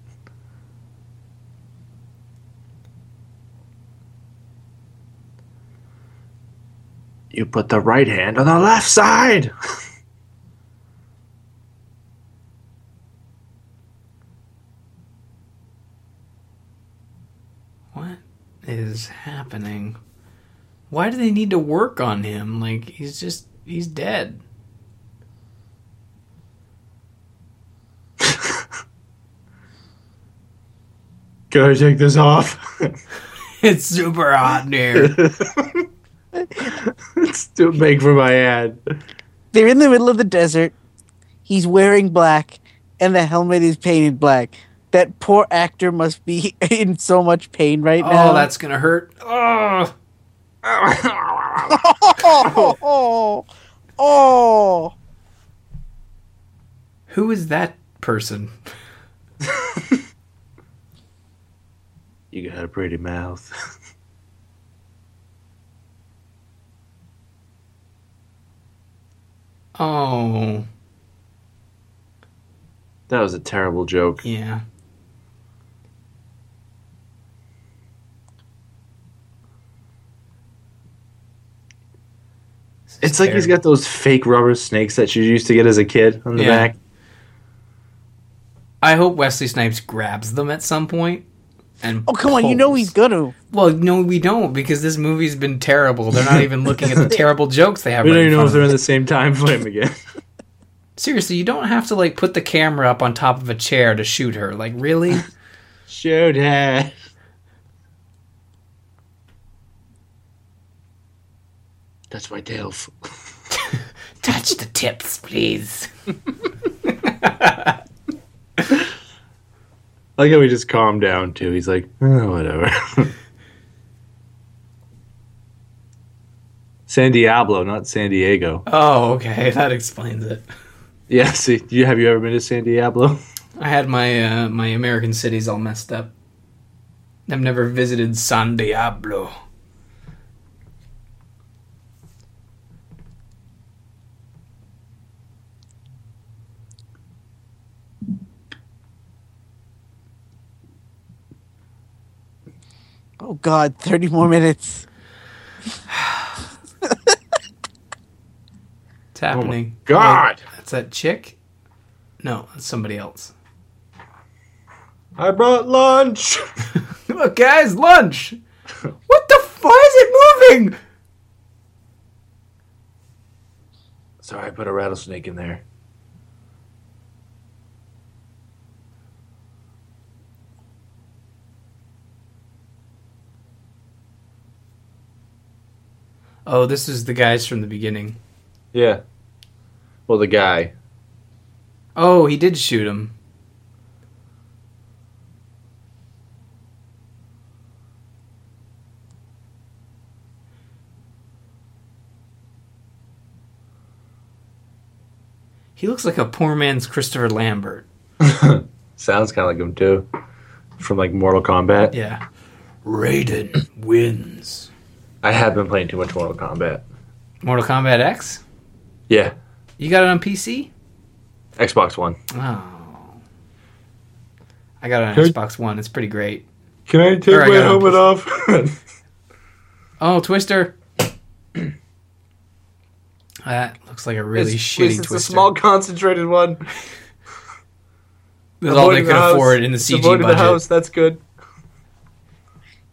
[SPEAKER 3] you put the right hand on the left side.
[SPEAKER 4] what is happening? Why do they need to work on him? Like he's just he's dead.
[SPEAKER 3] Can I take this off?
[SPEAKER 4] it's super hot in here.
[SPEAKER 3] it's too big for my ad.
[SPEAKER 5] They're in the middle of the desert. He's wearing black, and the helmet is painted black. That poor actor must be in so much pain right now.
[SPEAKER 4] Oh, that's gonna hurt. Oh,
[SPEAKER 5] oh, oh, oh.
[SPEAKER 4] who is that person?
[SPEAKER 3] You got a pretty mouth.
[SPEAKER 4] Oh,
[SPEAKER 3] that was a terrible joke.
[SPEAKER 4] yeah. This is
[SPEAKER 3] It's like he's
[SPEAKER 4] terrible.
[SPEAKER 3] got those fake rubber snakes that you used to get as a kid on the
[SPEAKER 4] Yeah.
[SPEAKER 3] back.
[SPEAKER 4] I hope Wesley Snipes grabs them at some point. And
[SPEAKER 5] Oh, come on. You know
[SPEAKER 4] pulls.
[SPEAKER 5] he's gonna.
[SPEAKER 4] Well, no, we don't because this movie's been terrible. They're not even looking at the terrible jokes they have.
[SPEAKER 3] We
[SPEAKER 4] right
[SPEAKER 3] don't
[SPEAKER 4] in
[SPEAKER 3] even know
[SPEAKER 4] front
[SPEAKER 3] if
[SPEAKER 4] of
[SPEAKER 3] they're
[SPEAKER 4] them.
[SPEAKER 3] in the same time frame again.
[SPEAKER 4] Seriously, you don't have to like put the camera up on top of a chair to shoot her. Like, really?
[SPEAKER 3] Shoot her. That's my tail.
[SPEAKER 4] Touch the tips, please.
[SPEAKER 3] I like how he just calmed down too. He's like, oh, whatever. San Diablo, not San Diego.
[SPEAKER 4] Oh, okay, that explains it.
[SPEAKER 3] Yeah, see, you, have you ever been to San Diablo?
[SPEAKER 4] I had my uh, my American cities all messed up. I've never visited San Diablo.
[SPEAKER 5] Oh God, thirty more minutes.
[SPEAKER 4] It's happening.
[SPEAKER 3] God!
[SPEAKER 4] Wait, that's that chick. No, that's somebody else.
[SPEAKER 3] I brought lunch!
[SPEAKER 4] Look, guys, lunch. What the? F- why is it moving?
[SPEAKER 3] Sorry, I put a rattlesnake in there.
[SPEAKER 4] Oh, this is the guys from the beginning.
[SPEAKER 3] Yeah. Well, the guy.
[SPEAKER 4] Oh, he did shoot him. He looks like a poor man's Christopher Lambert.
[SPEAKER 3] Sounds kind of like him too. From like Mortal Kombat.
[SPEAKER 4] Yeah. Raiden wins.
[SPEAKER 3] I have been playing too much Mortal Kombat.
[SPEAKER 4] Mortal Kombat X?
[SPEAKER 3] Yeah.
[SPEAKER 4] You got it on PC?
[SPEAKER 3] Xbox One.
[SPEAKER 4] Oh. I got it on
[SPEAKER 3] Hey.
[SPEAKER 4] Xbox One. It's pretty great.
[SPEAKER 3] Can I
[SPEAKER 4] Or I
[SPEAKER 3] take
[SPEAKER 4] my got helmet
[SPEAKER 3] off?
[SPEAKER 4] Oh, Twister. that looks like a really shitty
[SPEAKER 3] It's
[SPEAKER 4] Twister.
[SPEAKER 3] a small concentrated one.
[SPEAKER 4] That's all they could afford in the CG budget.
[SPEAKER 3] That's good.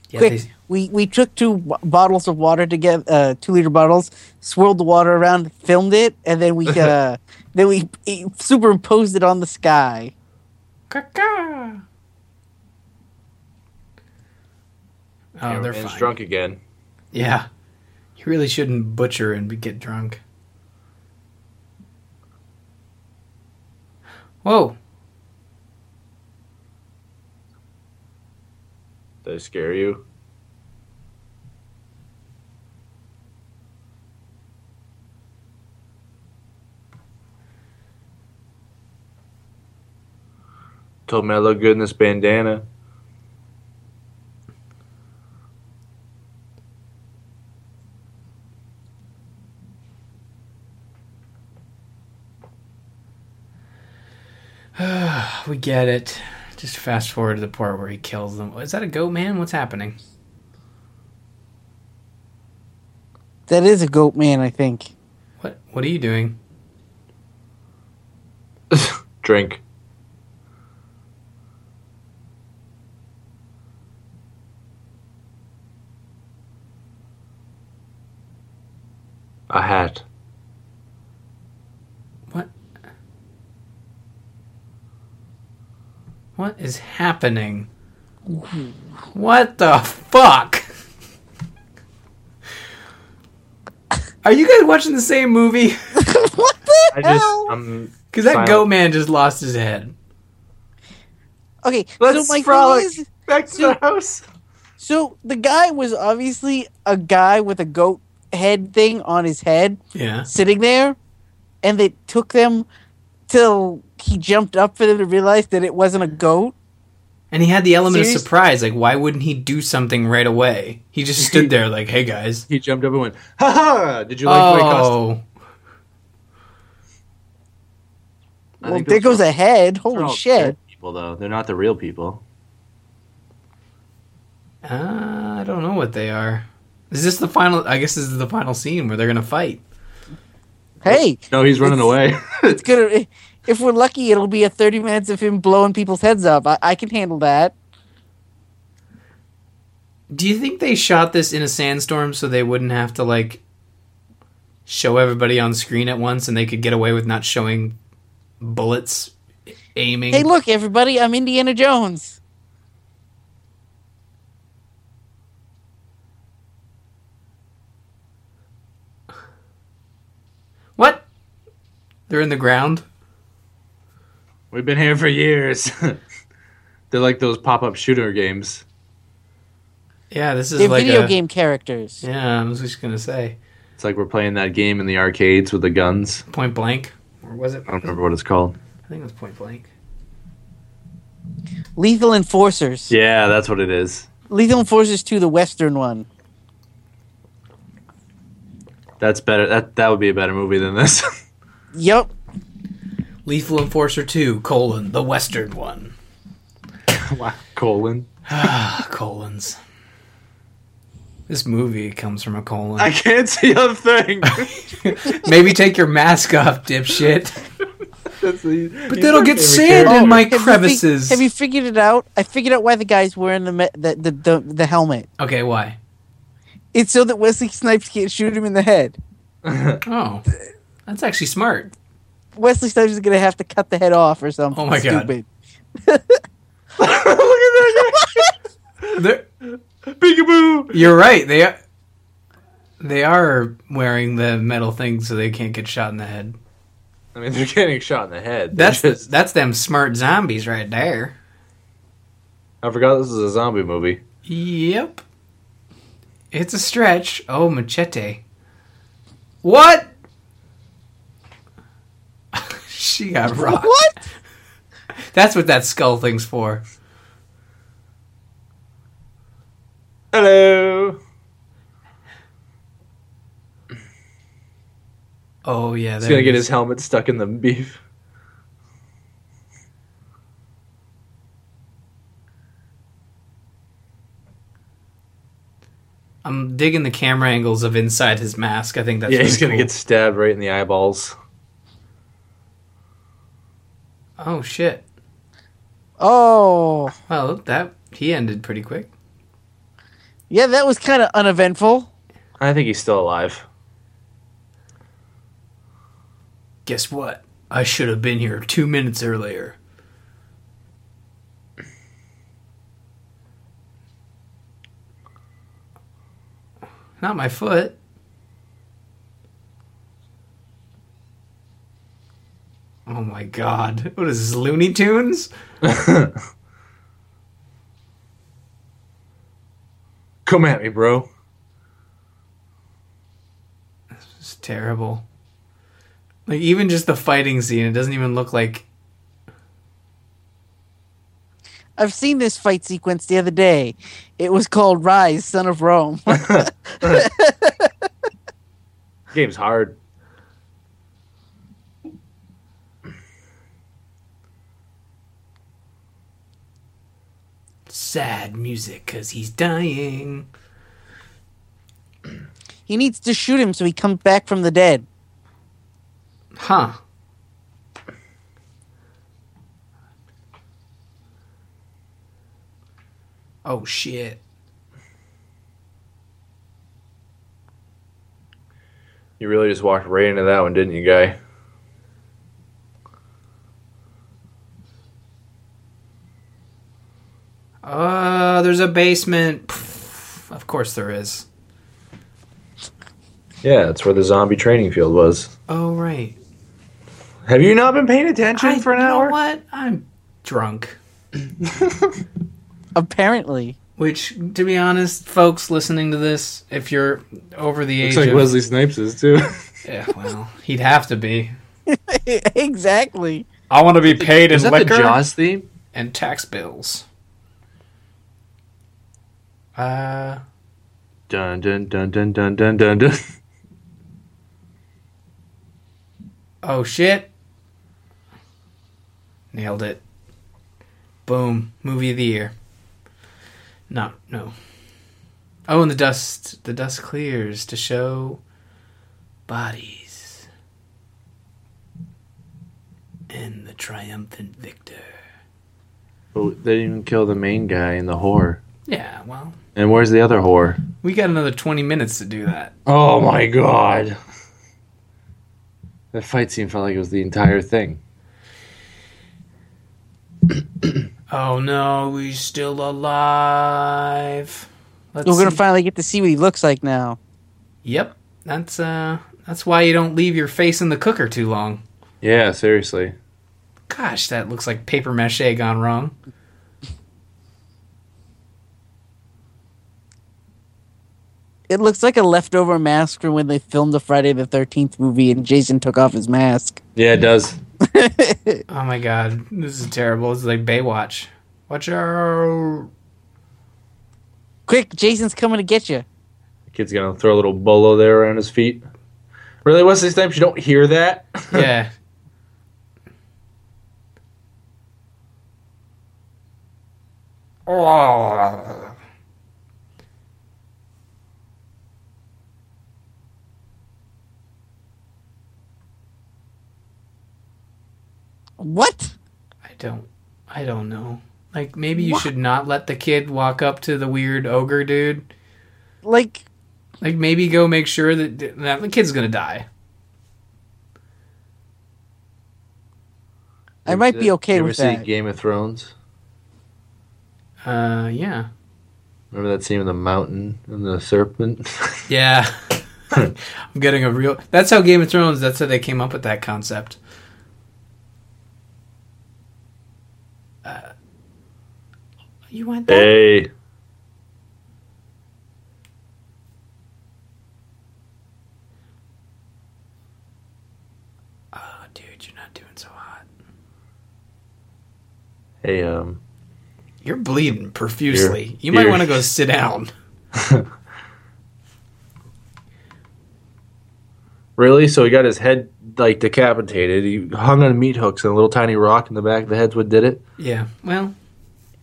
[SPEAKER 4] Yeah,
[SPEAKER 5] Quick,
[SPEAKER 4] they-
[SPEAKER 5] we we took two b- bottles of water together, uh, two liter bottles, swirled the water around, filmed it, and then we uh, then we eh, superimposed it on the sky.
[SPEAKER 4] Caca. Oh, they're
[SPEAKER 3] Everyone's
[SPEAKER 4] fine.
[SPEAKER 3] drunk again.
[SPEAKER 4] Yeah. You really shouldn't butcher and be- get drunk. Whoa.
[SPEAKER 3] Did I scare you? Told me I look good in this bandana.
[SPEAKER 4] We get it. Just fast forward to the part where he kills them. Is that a goat man? What's happening?
[SPEAKER 5] That is a goat man, I think.
[SPEAKER 4] What What are you doing?
[SPEAKER 3] Drink. A hat.
[SPEAKER 4] What? What is happening? What the fuck? Are you guys watching the same movie?
[SPEAKER 5] what the
[SPEAKER 3] I just um,
[SPEAKER 5] hell?
[SPEAKER 3] I'm
[SPEAKER 4] Because that
[SPEAKER 3] Silent.
[SPEAKER 4] goat man just lost his head.
[SPEAKER 5] okay,
[SPEAKER 3] Let's
[SPEAKER 5] so my
[SPEAKER 3] frolic.
[SPEAKER 5] thing is,
[SPEAKER 3] back to the house.
[SPEAKER 5] so the guy was obviously a guy with a goat head thing on his head
[SPEAKER 4] Yeah.
[SPEAKER 5] sitting there, and it took them till he jumped up for them to realize that it wasn't a goat.
[SPEAKER 4] And he had the element of
[SPEAKER 5] Seriously?
[SPEAKER 4] surprise. Like, why wouldn't he do something right away? He just stood there, like, hey guys.
[SPEAKER 3] He jumped up and went, "Ha ha! Did you like my costume?"
[SPEAKER 4] Oh.
[SPEAKER 3] I
[SPEAKER 5] Well,
[SPEAKER 3] think
[SPEAKER 5] there
[SPEAKER 3] those
[SPEAKER 5] goes
[SPEAKER 3] are-
[SPEAKER 5] a head.
[SPEAKER 3] those are
[SPEAKER 5] Holy
[SPEAKER 3] all
[SPEAKER 5] shit!
[SPEAKER 3] dead People though, Oh, they're not the real people.
[SPEAKER 4] Uh, I don't know what they are. Is this the final? I guess this is the final scene where they're gonna fight.
[SPEAKER 5] Hey,
[SPEAKER 3] No, he's running away.
[SPEAKER 5] it's gonna. eh, If we're lucky, it'll be a thirty minutes of him blowing people's heads up. I, I can handle that.
[SPEAKER 4] Do you think they shot this in a sandstorm so they wouldn't have to like show everybody on screen at once, and they could get away with not showing bullets aiming?
[SPEAKER 5] Hey, look, everybody! I'm Indiana Jones.
[SPEAKER 4] What? They're in the ground.
[SPEAKER 3] We've been here for years. they're like those pop-up shooter games.
[SPEAKER 4] Yeah, this is
[SPEAKER 5] They're
[SPEAKER 4] like
[SPEAKER 5] video
[SPEAKER 4] a,
[SPEAKER 5] game characters.
[SPEAKER 4] Yeah, I was just gonna say
[SPEAKER 3] It's like we're playing that game in the arcades with the guns.
[SPEAKER 4] point blank, or was it?
[SPEAKER 3] I don't remember what it's called.
[SPEAKER 4] I think it was point blank.
[SPEAKER 5] Lethal Enforcers.
[SPEAKER 3] Yeah, that's what it is.
[SPEAKER 5] Lethal Enforcers 2, the Western one.
[SPEAKER 3] That's better. That that would be a better movie than this.
[SPEAKER 5] Yep.
[SPEAKER 4] Lethal Enforcer Two: colon the Western one.
[SPEAKER 3] Colon.
[SPEAKER 4] colons. This movie comes from a colon.
[SPEAKER 3] I can't see a thing.
[SPEAKER 4] Maybe take your mask off, dipshit.
[SPEAKER 3] That's the-
[SPEAKER 4] But that'll get sand
[SPEAKER 5] Oh,
[SPEAKER 4] in my
[SPEAKER 5] have you fi-
[SPEAKER 4] crevices.
[SPEAKER 5] have you figured it out? I figured out why the guys wearing the, me- the, the, the, the helmet.
[SPEAKER 4] okay, why?
[SPEAKER 5] It's so that Wesley Snipes can't shoot him in the head.
[SPEAKER 4] Oh, that's actually smart.
[SPEAKER 5] Wesley Snipes is going to have to cut the head off or something.
[SPEAKER 4] Oh my God.
[SPEAKER 5] stupid.
[SPEAKER 4] They're,
[SPEAKER 3] Peekaboo.
[SPEAKER 4] you're right. They are, they are wearing the metal thing so they can't get shot in the head.
[SPEAKER 3] I mean, they're getting shot in the head. They're
[SPEAKER 4] That's
[SPEAKER 3] just-
[SPEAKER 4] that's them smart zombies right there.
[SPEAKER 3] I forgot this is a zombie movie.
[SPEAKER 4] Yep. It's a stretch. Oh, machete. What? she got rocked.
[SPEAKER 5] What?
[SPEAKER 4] That's what that skull thing's for.
[SPEAKER 3] Hello.
[SPEAKER 4] Oh yeah,
[SPEAKER 3] He's gonna get his helmet stuck in the beef.
[SPEAKER 4] I'm digging the camera angles of inside his mask. I think that's
[SPEAKER 3] yeah, he's
[SPEAKER 4] really
[SPEAKER 3] gonna
[SPEAKER 4] cool.
[SPEAKER 3] get stabbed right in the eyeballs.
[SPEAKER 4] Oh shit!
[SPEAKER 5] Oh.
[SPEAKER 4] Well, that he ended pretty quick.
[SPEAKER 5] Yeah, that was kind of uneventful.
[SPEAKER 3] I think he's still alive.
[SPEAKER 4] Guess what? I should have been here two minutes earlier. Not my foot. Oh my god. What is this, Looney Tunes?
[SPEAKER 3] Come at me, bro.
[SPEAKER 4] This is terrible. Like, even just the fighting scene, it doesn't even look like.
[SPEAKER 5] I've seen this fight sequence the other day. It was called Rise, Son of Rome.
[SPEAKER 3] Game's hard.
[SPEAKER 4] sad music because he's dying.
[SPEAKER 5] He needs to shoot him so he comes back from the dead.
[SPEAKER 4] Huh. Oh shit.
[SPEAKER 3] You really just walked right into that one, didn't you, guy?
[SPEAKER 4] Uh, there's a basement. Pff, of course there is.
[SPEAKER 3] Yeah, that's where the zombie training field was.
[SPEAKER 4] Oh right.
[SPEAKER 3] Have you not been paying attention
[SPEAKER 4] I-
[SPEAKER 3] for an
[SPEAKER 4] you know
[SPEAKER 3] hour?
[SPEAKER 4] what? I'm drunk.
[SPEAKER 5] Apparently.
[SPEAKER 4] Which, to be honest, folks listening to this, if you're over the age
[SPEAKER 8] Looks like
[SPEAKER 4] of,
[SPEAKER 8] Wesley Snipes is too.
[SPEAKER 4] yeah, well, he'd have to be.
[SPEAKER 5] exactly.
[SPEAKER 4] I want to be paid
[SPEAKER 3] Is
[SPEAKER 4] in
[SPEAKER 3] that
[SPEAKER 4] liquor
[SPEAKER 3] the Jaws theme?
[SPEAKER 4] and tax bills. Uh,
[SPEAKER 3] Dun dun dun dun dun dun dun dun.
[SPEAKER 4] oh shit! Nailed it. Boom! Movie of the year. No, no. Oh, and the dust. The dust clears to show bodies and the triumphant victor.
[SPEAKER 3] Oh, they didn't even kill the main guy in the whore.
[SPEAKER 4] Yeah, well,
[SPEAKER 3] And where's the other whore?
[SPEAKER 4] we got another twenty minutes to do that.
[SPEAKER 3] Oh my god. That fight scene felt like it was the entire thing.
[SPEAKER 4] Oh no, he's still alive. Let's
[SPEAKER 5] We're going to
[SPEAKER 4] see.
[SPEAKER 5] finally get to see what he looks like now.
[SPEAKER 4] Yep, that's uh, that's why you don't leave your face in the cooker too long.
[SPEAKER 3] Yeah, seriously.
[SPEAKER 4] Gosh, that looks like paper mache gone wrong.
[SPEAKER 5] It looks like a leftover mask from when they filmed the Friday the 13th movie and Jason took off his mask.
[SPEAKER 3] Yeah, it does.
[SPEAKER 4] Oh my god, this is terrible. It's like Baywatch. Watch out!
[SPEAKER 5] Quick, Jason's coming to get you.
[SPEAKER 3] The kid's gonna throw a little bolo there around his feet. Really, Wesley Snipes, you don't hear that?
[SPEAKER 4] Yeah. Oh.
[SPEAKER 5] What?
[SPEAKER 4] I don't I don't know. Like maybe you should not let the kid walk up to the weird ogre dude.
[SPEAKER 5] Like,
[SPEAKER 4] Like maybe go make sure that, that the kid's gonna die.
[SPEAKER 5] I might be okay
[SPEAKER 3] you
[SPEAKER 5] with
[SPEAKER 3] ever see
[SPEAKER 5] that.
[SPEAKER 3] Game of Thrones?
[SPEAKER 4] Uh yeah.
[SPEAKER 3] Remember that scene with the mountain and the serpent?
[SPEAKER 4] Yeah. I'm getting a real that's how Game of Thrones that's how they came up with that concept. Uh, you want that?
[SPEAKER 3] hey.
[SPEAKER 4] Oh dude, you're not doing so hot.
[SPEAKER 3] Hey, um.
[SPEAKER 4] You're bleeding profusely.
[SPEAKER 3] Here.
[SPEAKER 4] you might
[SPEAKER 3] Here.
[SPEAKER 4] want to go sit down.
[SPEAKER 3] Really? So he got his head, like, decapitated. He hung on meat hooks and a little tiny rock in the back of the head's what did it?
[SPEAKER 4] Yeah. Well,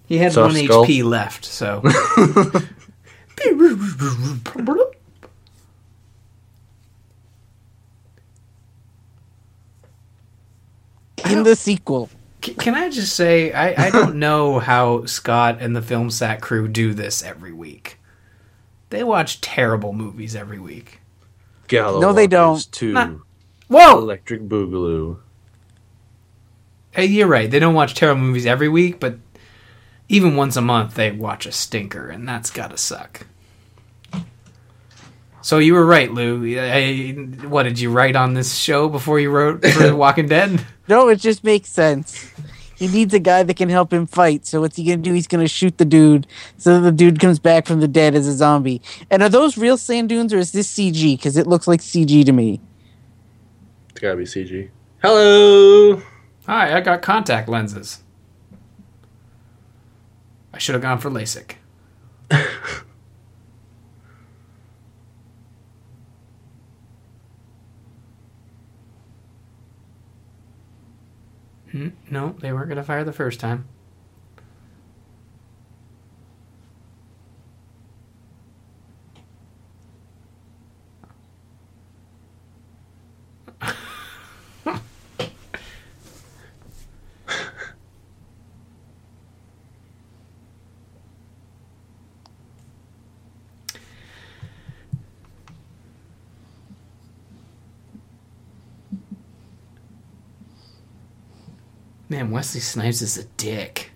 [SPEAKER 4] he had
[SPEAKER 3] Soft
[SPEAKER 4] one
[SPEAKER 3] skull.
[SPEAKER 4] HP left, so.
[SPEAKER 5] in the sequel.
[SPEAKER 4] C- Can I just say I, I don't know how Scott and the film sack crew do this every week. They watch terrible movies every week.
[SPEAKER 3] Gallo
[SPEAKER 5] No, they don't.
[SPEAKER 3] Walkers Two.
[SPEAKER 4] Nah. Whoa!
[SPEAKER 3] Electric Boogaloo.
[SPEAKER 4] Hey, Uh, you're right. They don't watch terrible movies every week, but even once a month they watch a stinker, and that's gotta suck. So you were right, Lou. I, what did you write on this show before you wrote for The Walking Dead?
[SPEAKER 5] No, it just makes sense. He needs a guy that can help him fight. So what's he gonna do? He's gonna shoot the dude, so that the dude comes back from the dead as a zombie. And are those real sand dunes or is this CG? Because it looks like CG to me.
[SPEAKER 3] It's gotta be CG.
[SPEAKER 9] Hello.
[SPEAKER 4] Hi, I got contact lenses. I should have gone for LASIK. Hmm, no, they weren't going to fire the first time. Man, Wesley Snipes is a dick.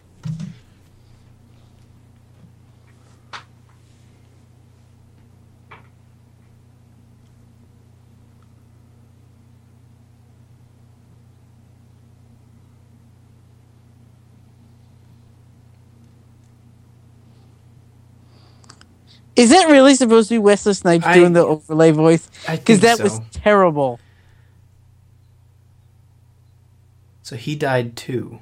[SPEAKER 5] Is that really supposed to be Wesley Snipes
[SPEAKER 4] I-
[SPEAKER 5] doing the overlay voice?
[SPEAKER 4] I think
[SPEAKER 5] Because that
[SPEAKER 4] so.
[SPEAKER 5] was terrible.
[SPEAKER 4] So he died too.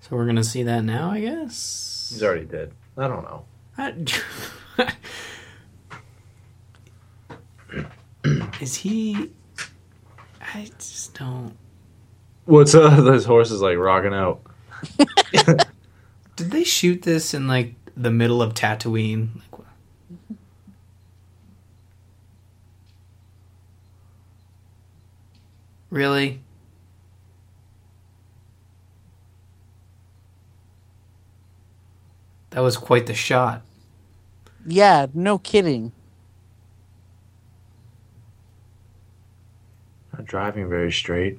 [SPEAKER 4] So we're gonna see that now, I guess.
[SPEAKER 3] He's already dead. I don't know.
[SPEAKER 4] I- is he? I just don't.
[SPEAKER 3] What's up? Those horses like rocking out.
[SPEAKER 4] Did they shoot this in like the middle of Tatooine? Like, wha- really? That was quite the shot.
[SPEAKER 5] Yeah, no kidding.
[SPEAKER 3] Not driving very straight.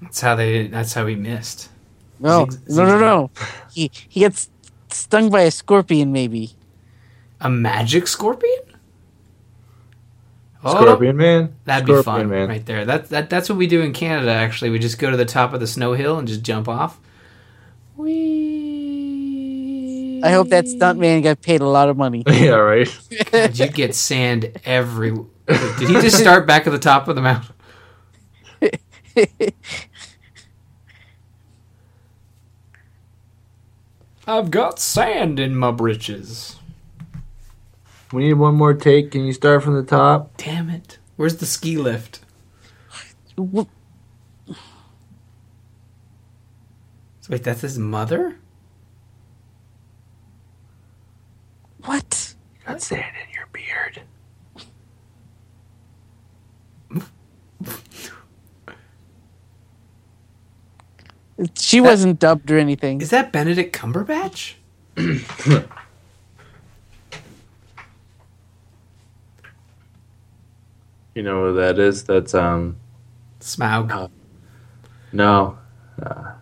[SPEAKER 4] That's how they. That's how he missed.
[SPEAKER 5] No,
[SPEAKER 4] Zig-
[SPEAKER 5] no, no,
[SPEAKER 4] zig-
[SPEAKER 5] no. He he gets stung by a scorpion, maybe.
[SPEAKER 4] A magic scorpion? Oh,
[SPEAKER 3] Scorpion man.
[SPEAKER 4] That'd
[SPEAKER 3] Scorpion
[SPEAKER 4] be fun right there. That, that that's what we do in Canada actually. We just go to the top of the snow hill and just jump off. We
[SPEAKER 5] I hope that stuntman got paid a lot of money.
[SPEAKER 3] yeah, right.
[SPEAKER 4] you'd get sand every Did he just start back at the top of the mountain? I've got sand in my britches.
[SPEAKER 3] We need one more take. Can you start from the top?
[SPEAKER 4] Damn it. Where's the ski lift?
[SPEAKER 5] Wh-
[SPEAKER 4] Wait, that's his mother?
[SPEAKER 5] What?
[SPEAKER 3] Got sand in your beard.
[SPEAKER 5] She wasn't dubbed or anything.
[SPEAKER 4] Is that Benedict Cumberbatch?
[SPEAKER 3] You know what that is? That's um.
[SPEAKER 4] Smaug.
[SPEAKER 3] No. Uh,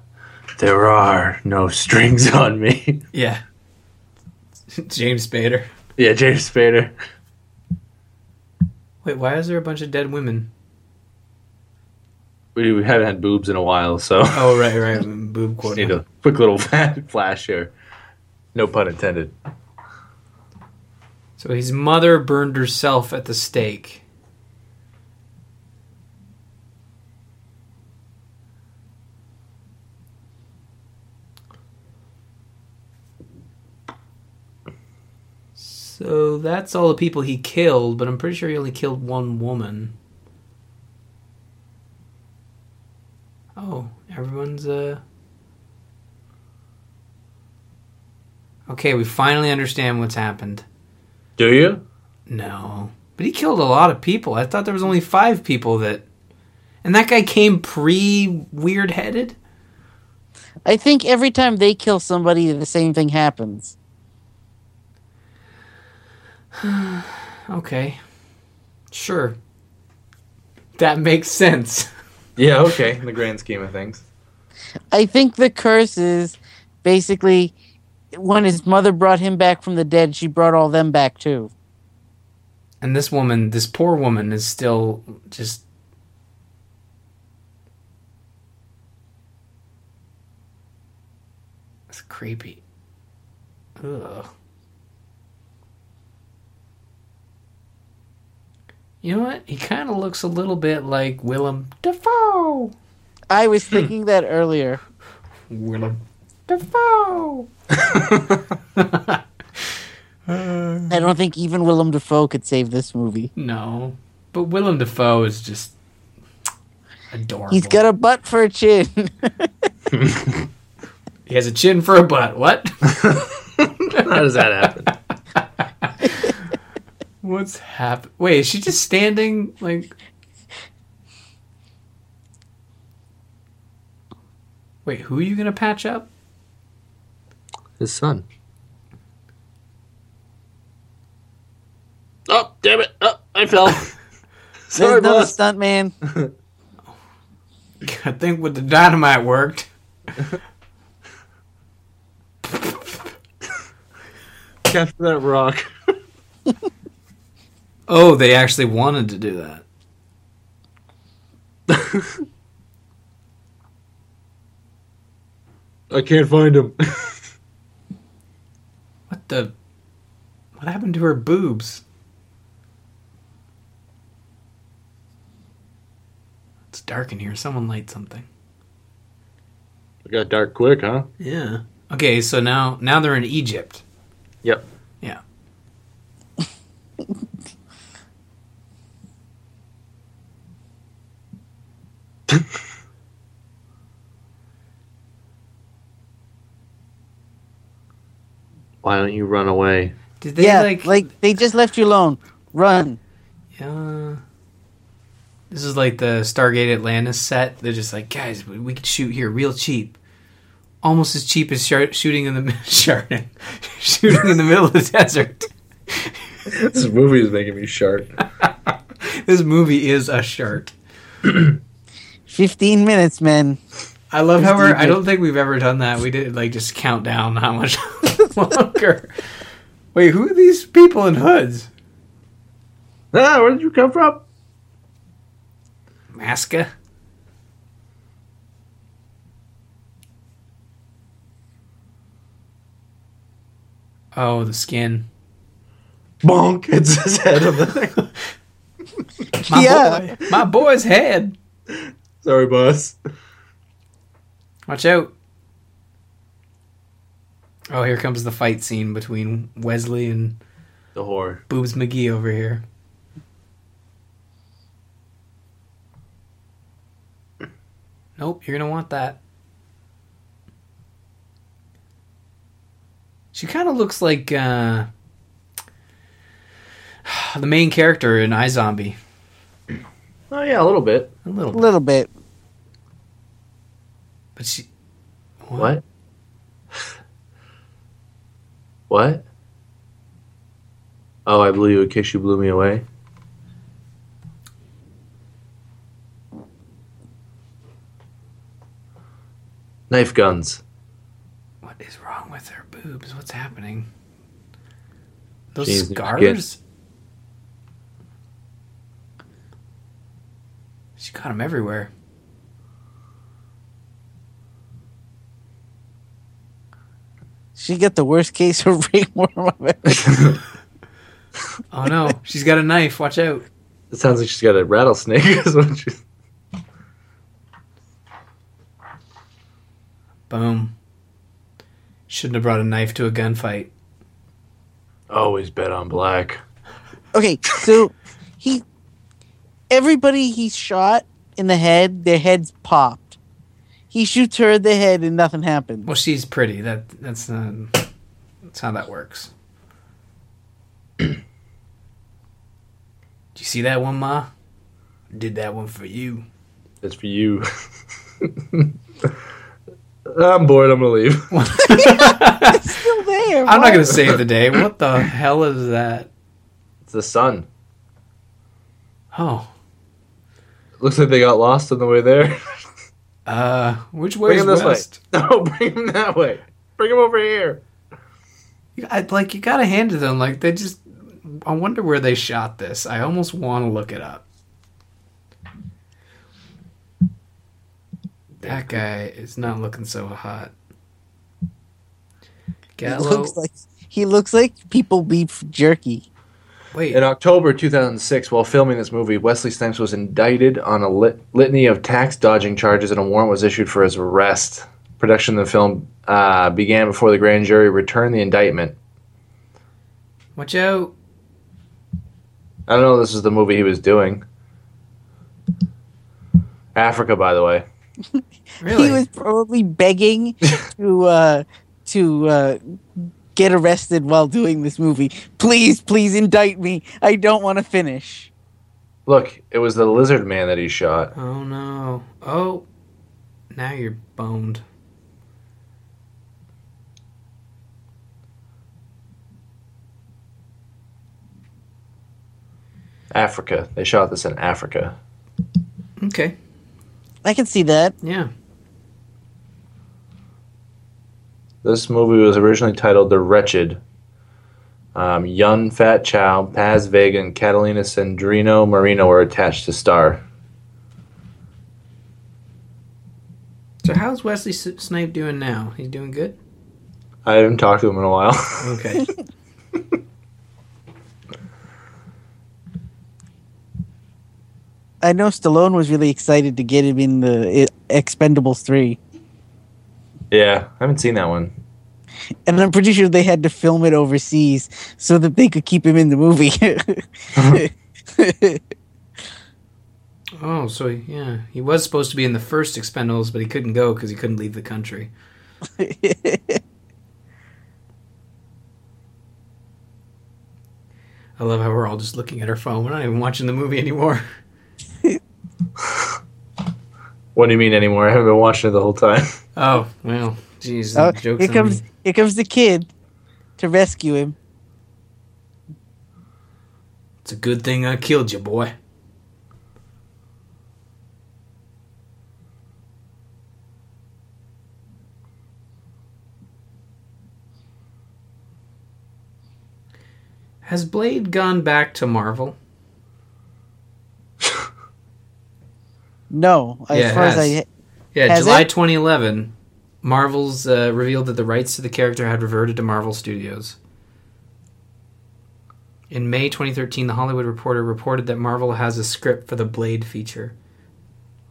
[SPEAKER 3] there are no strings on me.
[SPEAKER 4] Yeah. James Spader.
[SPEAKER 3] yeah, James Spader.
[SPEAKER 4] Wait, why is there a bunch of dead women?
[SPEAKER 3] We, we haven't had boobs in a while, so
[SPEAKER 4] Oh, right, right. Boob
[SPEAKER 3] just
[SPEAKER 4] quote.
[SPEAKER 3] need a quick little flash here. No pun intended.
[SPEAKER 4] So his mother burned herself at the stake. So that's all the people he killed, but I'm pretty sure he only killed one woman. Oh, everyone's uh Okay, we finally understand what's happened.
[SPEAKER 3] Do you?
[SPEAKER 4] No. But he killed a lot of people. I thought there was only five people that. And that guy came pre weird headed?
[SPEAKER 5] I think every time they kill somebody, the same thing happens.
[SPEAKER 4] okay. Sure. That makes sense.
[SPEAKER 3] Yeah, okay, in the grand scheme of things.
[SPEAKER 5] I think the curse is basically when his mother brought him back from the dead, she brought all them back too.
[SPEAKER 4] And this woman, this poor woman, is still just. It's creepy. Ugh. You know what? He kind of looks a little bit like Willem Dafoe.
[SPEAKER 5] I was
[SPEAKER 4] Hmm.
[SPEAKER 5] thinking that earlier.
[SPEAKER 4] Willem Dafoe.
[SPEAKER 5] I don't think even Willem Dafoe could save this movie.
[SPEAKER 4] No, but Willem Dafoe is just adorable.
[SPEAKER 5] He's got a butt for a chin.
[SPEAKER 4] he has a chin for a butt. What?
[SPEAKER 3] How does that happen?
[SPEAKER 4] What's happened? Wait, is she just standing like? Wait, who are you gonna patch up?
[SPEAKER 3] His son. Oh, damn it! Oh, I fell.
[SPEAKER 5] There's not a stunt man.
[SPEAKER 4] I think with the dynamite worked.
[SPEAKER 3] Catch that rock.
[SPEAKER 4] oh, they actually wanted to do that.
[SPEAKER 3] I can't find him.
[SPEAKER 4] what the? What happened to her boobs? It's dark in here. Someone light something.
[SPEAKER 3] It got dark quick, huh?
[SPEAKER 4] Yeah. Okay, so now now they're in Egypt.
[SPEAKER 3] Yep.
[SPEAKER 4] Yeah.
[SPEAKER 3] Why don't you run away?
[SPEAKER 4] Did they
[SPEAKER 5] yeah,
[SPEAKER 4] like?
[SPEAKER 5] like... they just left you alone. Run.
[SPEAKER 4] Yeah. Uh, This is like the Stargate Atlantis set. They're just like, guys, we, we could shoot here real cheap, almost as cheap as shar- shooting in the sharding, shooting in the middle of the desert.
[SPEAKER 3] this movie is making me sharp.
[SPEAKER 4] this movie is a shirt.
[SPEAKER 5] Fifteen minutes, man.
[SPEAKER 4] I love how we're. I don't think we've ever done that. We did like just count down how much longer. Wait, who are these people in hoods?
[SPEAKER 3] Ah, where did you come from?
[SPEAKER 4] Masca. Oh, the skin.
[SPEAKER 3] Bonk! It's his head on the thing.
[SPEAKER 4] My
[SPEAKER 5] Yeah.
[SPEAKER 4] boy, my boy's head.
[SPEAKER 3] Sorry, boss.
[SPEAKER 4] Watch out. Oh, here comes the fight scene between Wesley and
[SPEAKER 3] The whore.
[SPEAKER 4] Boobs McGee over here. Nope, you're gonna want that. She kind of looks like uh, the main character in iZombie.
[SPEAKER 3] Oh yeah, a little bit.
[SPEAKER 4] A little
[SPEAKER 5] A
[SPEAKER 4] bit.
[SPEAKER 5] little bit.
[SPEAKER 4] But she.
[SPEAKER 3] What? What? Oh, I blew you a kiss. You blew me away. Knife guns.
[SPEAKER 4] What is wrong with her boobs? What's happening? Those
[SPEAKER 3] She's
[SPEAKER 4] scars? She got them everywhere.
[SPEAKER 5] She got the worst case of ringworm I've ever.
[SPEAKER 4] Oh no, she's got a knife. Watch out.
[SPEAKER 3] It sounds like she's got a rattlesnake. is what she-
[SPEAKER 4] Boom. Shouldn't have brought a knife to a gunfight.
[SPEAKER 3] Always bet on black.
[SPEAKER 5] Okay, so he, everybody he shot in the head, their heads popped. He shoots her in the head and nothing happened.
[SPEAKER 4] Well, she's pretty. That that's not, that's how that works. Did you see that one, Ma? Did that one for you.
[SPEAKER 3] It's for you. I'm bored. I'm gonna leave.
[SPEAKER 5] Still there.
[SPEAKER 4] I'm not
[SPEAKER 5] what?
[SPEAKER 4] gonna save the day. What the hell is that?
[SPEAKER 3] It's the sun.
[SPEAKER 4] Oh.
[SPEAKER 3] Looks like they got lost on the way there.
[SPEAKER 4] Uh, which way
[SPEAKER 3] Bring
[SPEAKER 4] is
[SPEAKER 3] him this
[SPEAKER 4] west?
[SPEAKER 3] way. No, bring him that way. Bring him over here.
[SPEAKER 4] You- I, like you gotta hand it to them. Like they just. I wonder where they shot this. I almost want to look it up. That guy is not looking so hot. Gallo,
[SPEAKER 5] He looks like he looks like people beef jerky.
[SPEAKER 4] wait,
[SPEAKER 3] In October 2006, while filming this movie, Wesley Snipes was indicted on a lit- litany of tax dodging charges, and a warrant was issued for his arrest. Production of the film uh, began before the grand jury returned the indictment.
[SPEAKER 4] watch out!
[SPEAKER 3] I don't know. If this is the movie he was doing. Africa, by the way.
[SPEAKER 4] Really?
[SPEAKER 5] He was probably begging to uh, to uh, get arrested while doing this movie. Please, please indict me. I don't want to finish.
[SPEAKER 3] Look, it was the lizard man that he shot.
[SPEAKER 4] oh no! Oh, now you're boned.
[SPEAKER 3] Africa. They shot this in Africa.
[SPEAKER 4] Okay,
[SPEAKER 5] I can see that.
[SPEAKER 4] yeah.
[SPEAKER 3] This movie was originally titled The Wretched. Um, Yun Fat Chow, Paz Vega, and Catalina Sandrino Marino were attached to star.
[SPEAKER 4] So how's Wesley S- Snipe doing now? He's doing good.
[SPEAKER 3] I haven't talked to him in a while.
[SPEAKER 4] Okay.
[SPEAKER 5] I know Stallone was really excited to get him in the uh, Expendables three,
[SPEAKER 3] yeah, I haven't seen that one.
[SPEAKER 5] and I'm pretty sure they had to film it overseas so that they could keep him in the movie.
[SPEAKER 4] oh, so yeah, he was supposed to be in the first Expendables, but he couldn't go because he couldn't leave the country. I love how we're all just looking at our phone. We're not even watching the movie anymore.
[SPEAKER 3] What do you mean anymore? I haven't been watching it the whole time.
[SPEAKER 4] Oh well, jeez.
[SPEAKER 5] oh,
[SPEAKER 4] the joke's
[SPEAKER 5] here
[SPEAKER 4] on
[SPEAKER 5] comes
[SPEAKER 4] me.
[SPEAKER 5] here comes the kid to rescue him.
[SPEAKER 4] It's a good thing I killed you, boy. Has Blade gone back to Marvel?
[SPEAKER 5] No, as
[SPEAKER 4] Yeah, it
[SPEAKER 5] far as
[SPEAKER 4] has.
[SPEAKER 5] I
[SPEAKER 4] Yeah,
[SPEAKER 5] Has
[SPEAKER 4] July
[SPEAKER 5] it?
[SPEAKER 4] 2011, Marvel's uh, revealed that the rights to the character had reverted to Marvel Studios. In May 2013, The Hollywood Reporter reported that Marvel has a script for the Blade feature.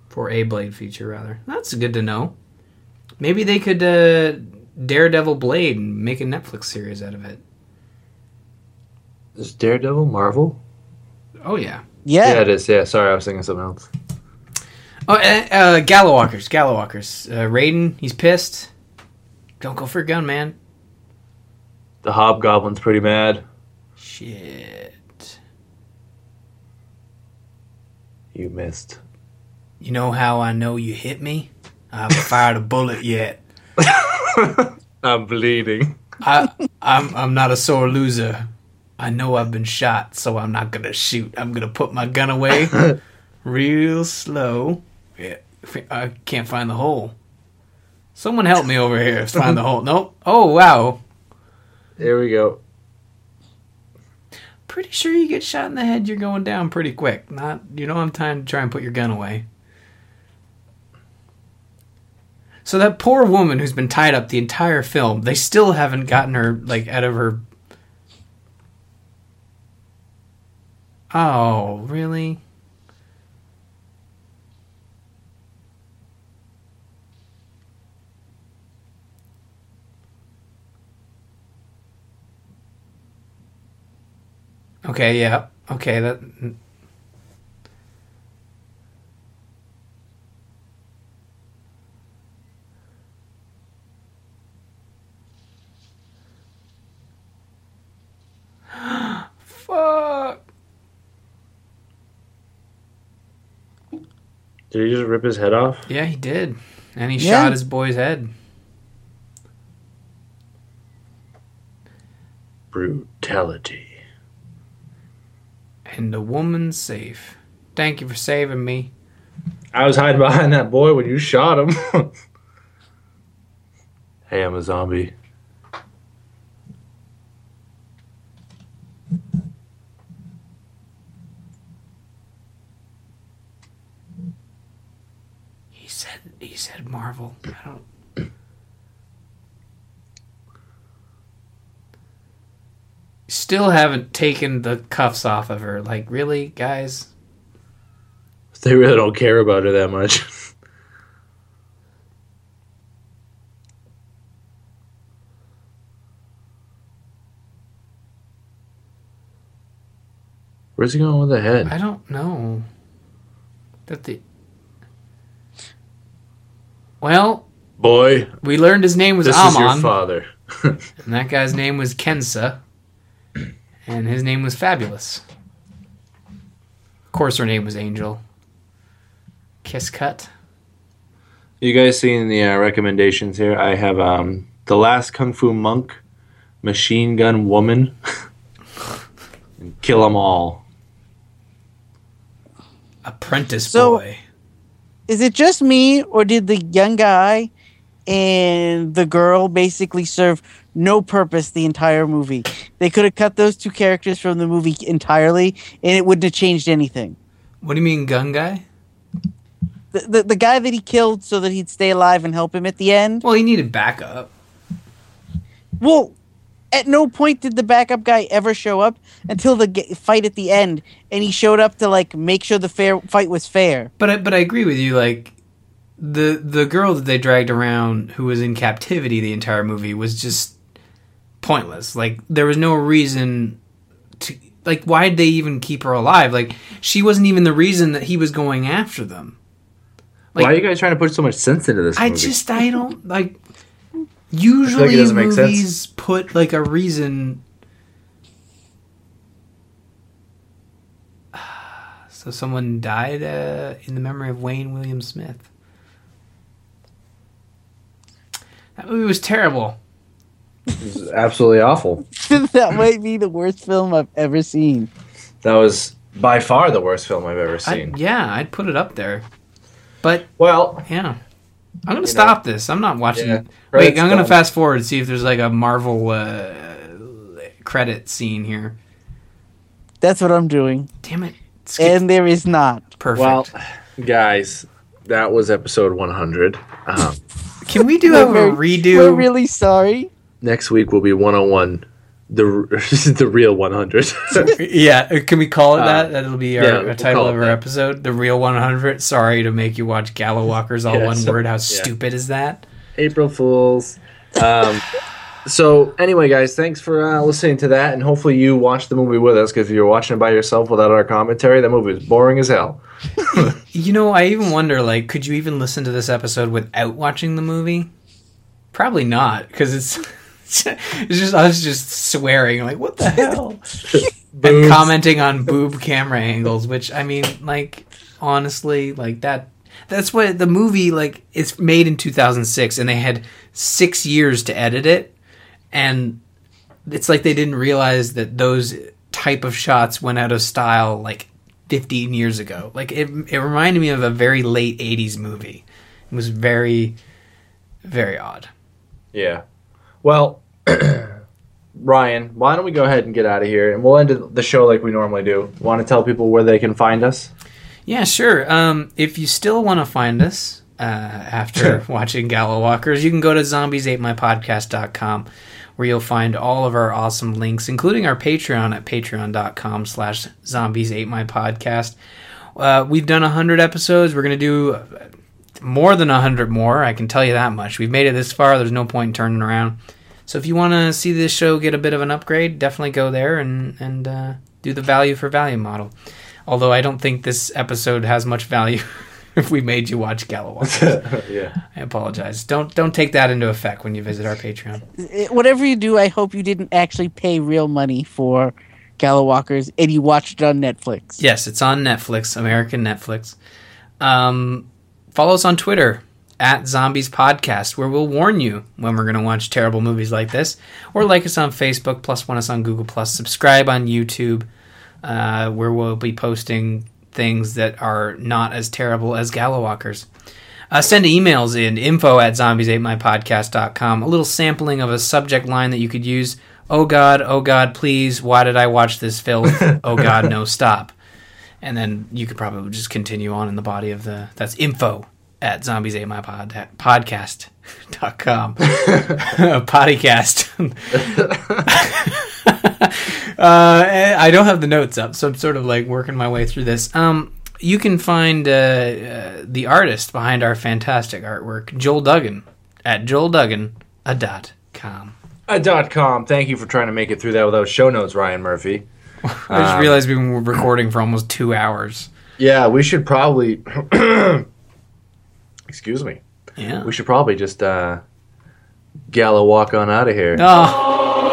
[SPEAKER 4] For a Blade feature, rather. That's good to know. Maybe they could uh, Daredevil Blade and make a Netflix series out of it.
[SPEAKER 3] Is Daredevil Marvel?
[SPEAKER 4] Oh, yeah.
[SPEAKER 5] yeah,
[SPEAKER 3] Yeah, it is. Yeah, sorry, I was thinking something else.
[SPEAKER 4] Oh, uh, uh, Gallowalkers, Gallowalkers. Uh, Raiden, he's pissed. Don't go for a gun, man.
[SPEAKER 3] The Hobgoblin's pretty mad.
[SPEAKER 4] Shit.
[SPEAKER 3] You missed.
[SPEAKER 4] You know how I know you hit me? I haven't fired a bullet yet.
[SPEAKER 3] I'm bleeding.
[SPEAKER 4] I, I'm, I'm not a sore loser. I know I've been shot, so I'm not gonna shoot. I'm gonna put my gun away real slow. Yeah, I can't find the hole. Someone help me over here. Find the hole. Nope. Oh, wow.
[SPEAKER 3] Here we go.
[SPEAKER 4] Pretty sure you get shot in the head, you're going down pretty quick. Not you don't have time to try and put your gun away. So that poor woman who's been tied up the entire film, they still haven't gotten her like out of her. Oh, really? Okay, yeah. Okay, that Fuck.
[SPEAKER 3] Did he just rip his head off?
[SPEAKER 4] Yeah, he did. And he
[SPEAKER 5] Yeah.
[SPEAKER 4] shot his boy's head.
[SPEAKER 3] Brutality.
[SPEAKER 4] and the woman safe. Thank you for saving me.
[SPEAKER 3] I was hiding behind that boy when you shot him. hey, I'm a zombie.
[SPEAKER 4] He said he said Marvel. I don't Still haven't taken the cuffs off of her. Like, really, guys?
[SPEAKER 3] They really don't care about her that much. Where's he going with the head?
[SPEAKER 4] I don't know. That the Well,
[SPEAKER 3] boy,
[SPEAKER 4] we learned his name was
[SPEAKER 3] this
[SPEAKER 4] Amon.
[SPEAKER 3] is your father.
[SPEAKER 4] And that guy's name was Kensa. And his name was Fabulous. Of course, her name was Angel. Kiss cut.
[SPEAKER 3] You guys seeing the uh, recommendations here? I have um, the last Kung Fu Monk, Machine Gun Woman, and Kill 'Em All.
[SPEAKER 4] Apprentice
[SPEAKER 5] So-
[SPEAKER 4] boy.
[SPEAKER 5] Is it just me, or did the young guy and the girl basically serve no purpose the entire movie? They could have cut those two characters from the movie entirely, and it wouldn't have changed anything.
[SPEAKER 4] What do you mean, gun guy?
[SPEAKER 5] The, the, the guy that he killed so that he'd stay alive and help him at the end.
[SPEAKER 4] Well, he needed backup.
[SPEAKER 5] Well, at no point did the backup guy ever show up until the g- fight at the end, and he showed up to like make sure the fair fight was fair.
[SPEAKER 4] But I, but I agree with you. Like the the girl that they dragged around, who was in captivity the entire movie, was just pointless. Like there was no reason to like. Why did they even keep her alive? Like she wasn't even the reason that he was going after them. Like-
[SPEAKER 3] Why are you guys trying to put so much sense into this
[SPEAKER 4] I
[SPEAKER 3] movie?
[SPEAKER 4] just I don't like. Usually
[SPEAKER 3] it doesn't make sense.
[SPEAKER 4] movies put like a reason. So someone died uh, in the memory of Wayne William Smith. That movie was terrible.
[SPEAKER 3] It's absolutely awful.
[SPEAKER 5] that might be the worst film I've ever seen.
[SPEAKER 3] That was by far the worst film I've ever
[SPEAKER 4] I-
[SPEAKER 3] seen.
[SPEAKER 4] yeah, I'd put it up there, but
[SPEAKER 3] Well,
[SPEAKER 4] yeah, I'm gonna stop this. I'm not watching.
[SPEAKER 3] Yeah.
[SPEAKER 4] it. Wait,
[SPEAKER 3] Credits
[SPEAKER 4] I'm gonna
[SPEAKER 3] done.
[SPEAKER 4] fast forward and see if there's like a Marvel uh, credit scene here.
[SPEAKER 5] That's what I'm doing,
[SPEAKER 4] Damn it. Skip.
[SPEAKER 5] and there is not.
[SPEAKER 4] Perfect.
[SPEAKER 3] well, guys, that was episode 100. Um,
[SPEAKER 4] Can we do
[SPEAKER 5] We're
[SPEAKER 4] a
[SPEAKER 5] very-
[SPEAKER 4] redo?
[SPEAKER 5] We're really sorry.
[SPEAKER 3] next week will be 101. The the real 100.
[SPEAKER 4] yeah, uh, can we call it that? That'll be our
[SPEAKER 3] yeah,
[SPEAKER 4] a
[SPEAKER 3] we'll
[SPEAKER 4] title
[SPEAKER 3] call
[SPEAKER 4] of
[SPEAKER 3] it
[SPEAKER 4] our
[SPEAKER 3] that.
[SPEAKER 4] episode. The real 100. Sorry to make you watch Gala Walkers all
[SPEAKER 3] Yeah,
[SPEAKER 4] one
[SPEAKER 3] so-
[SPEAKER 4] word. How
[SPEAKER 3] yeah.
[SPEAKER 4] stupid is that?
[SPEAKER 3] April Fools. Um, so anyway, guys, thanks for uh, listening to that, and hopefully you watched the movie with us. Because if you're watching it by yourself without our commentary, that movie is boring as hell.
[SPEAKER 4] You know, I even wonder like, could you even listen to this episode without watching the movie? Probably not, because it's it's just us just swearing like, what the hell, and
[SPEAKER 3] Boobs.
[SPEAKER 4] commenting on boob camera angles. Which I mean, like, honestly, like that. That's what the movie like. It's made in 2006, and they had six years to edit it, and it's like they didn't realize that those type of shots went out of style like 15 years ago. Like it, it reminded me of a very late 80s movie. It was very, very odd.
[SPEAKER 3] Yeah. Well, Ryan, why don't we go ahead and get out of here, and we'll end the show like we normally do. Want to tell people where they can find us?
[SPEAKER 4] Yeah, sure. Um, if you still want to find us uh, after watching Gala Walkers, you can go to zombies8mypodcast.com where you'll find all of our awesome links, including our Patreon at patreon.com slash zombies8mypodcast. Uh, we've done 100 episodes. We're going to do uh, more than 100 more. I can tell you that much. We've made it this far. There's no point in turning around. So if you want to see this show get a bit of an upgrade, definitely go there and, and uh, do the value for value model. Although I don't think this episode has much value if we made you watch Galawatt.
[SPEAKER 3] Yeah.
[SPEAKER 4] I apologize. Don't don't take that into effect when you visit our Patreon.
[SPEAKER 5] It- Eh, Whatever you do, I hope you didn't actually pay real money for Gala Walkers and you watched it on Netflix.
[SPEAKER 4] Yes, it's on Netflix, American Netflix. Um, follow us on Twitter at Zombies Podcast, where we'll warn you when we're going to watch terrible movies like this, or like us on Facebook, plus one us on Google, plus subscribe on YouTube. uh, where we'll be posting things that are not as terrible as Gallowalkers. Uh, send emails in info at zombies8mypodcast.com. A little sampling of a subject line that you could use. Oh God, oh God, please, why did I watch this film? oh God, no stop. And then you could probably just continue on in the body of the. That's info at zombies ate my pod, podcast.com podcast uh, i don't have the notes up so i'm sort of like working my way through this um, you can find uh, uh, the artist behind our fantastic artwork joel duggan at uh, joelduggan.com
[SPEAKER 3] a Uh, dot com thank you for trying to make it through that without show notes ryan murphy
[SPEAKER 4] i just um, realized we were recording for almost two hours
[SPEAKER 3] yeah we should probably Excuse me.
[SPEAKER 4] Yeah.
[SPEAKER 3] We should probably just uh, gala walk on out of here.
[SPEAKER 4] Oh.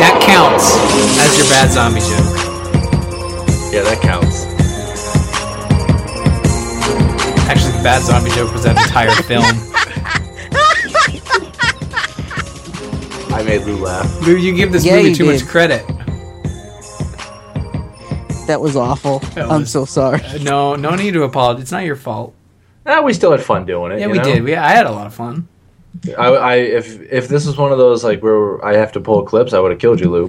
[SPEAKER 4] That counts as your bad zombie joke.
[SPEAKER 3] Yeah, that counts.
[SPEAKER 4] Actually, the bad zombie joke was that entire film.
[SPEAKER 3] I made Lou laugh.
[SPEAKER 4] Lou, you give this
[SPEAKER 5] Yeah,
[SPEAKER 4] movie
[SPEAKER 5] you
[SPEAKER 4] too
[SPEAKER 5] did.
[SPEAKER 4] much credit.
[SPEAKER 5] That was awful.
[SPEAKER 4] That
[SPEAKER 5] I'm
[SPEAKER 4] was-
[SPEAKER 5] so sorry.
[SPEAKER 4] Uh, no, no need to apologize. It's not your fault.
[SPEAKER 3] Ah, we still had fun doing it.
[SPEAKER 4] Yeah,
[SPEAKER 3] you
[SPEAKER 4] we
[SPEAKER 3] know?
[SPEAKER 4] did. We, I had a lot of fun.
[SPEAKER 3] I, I, if if this was one of those like where I have to pull clips, I would have killed you, Lou.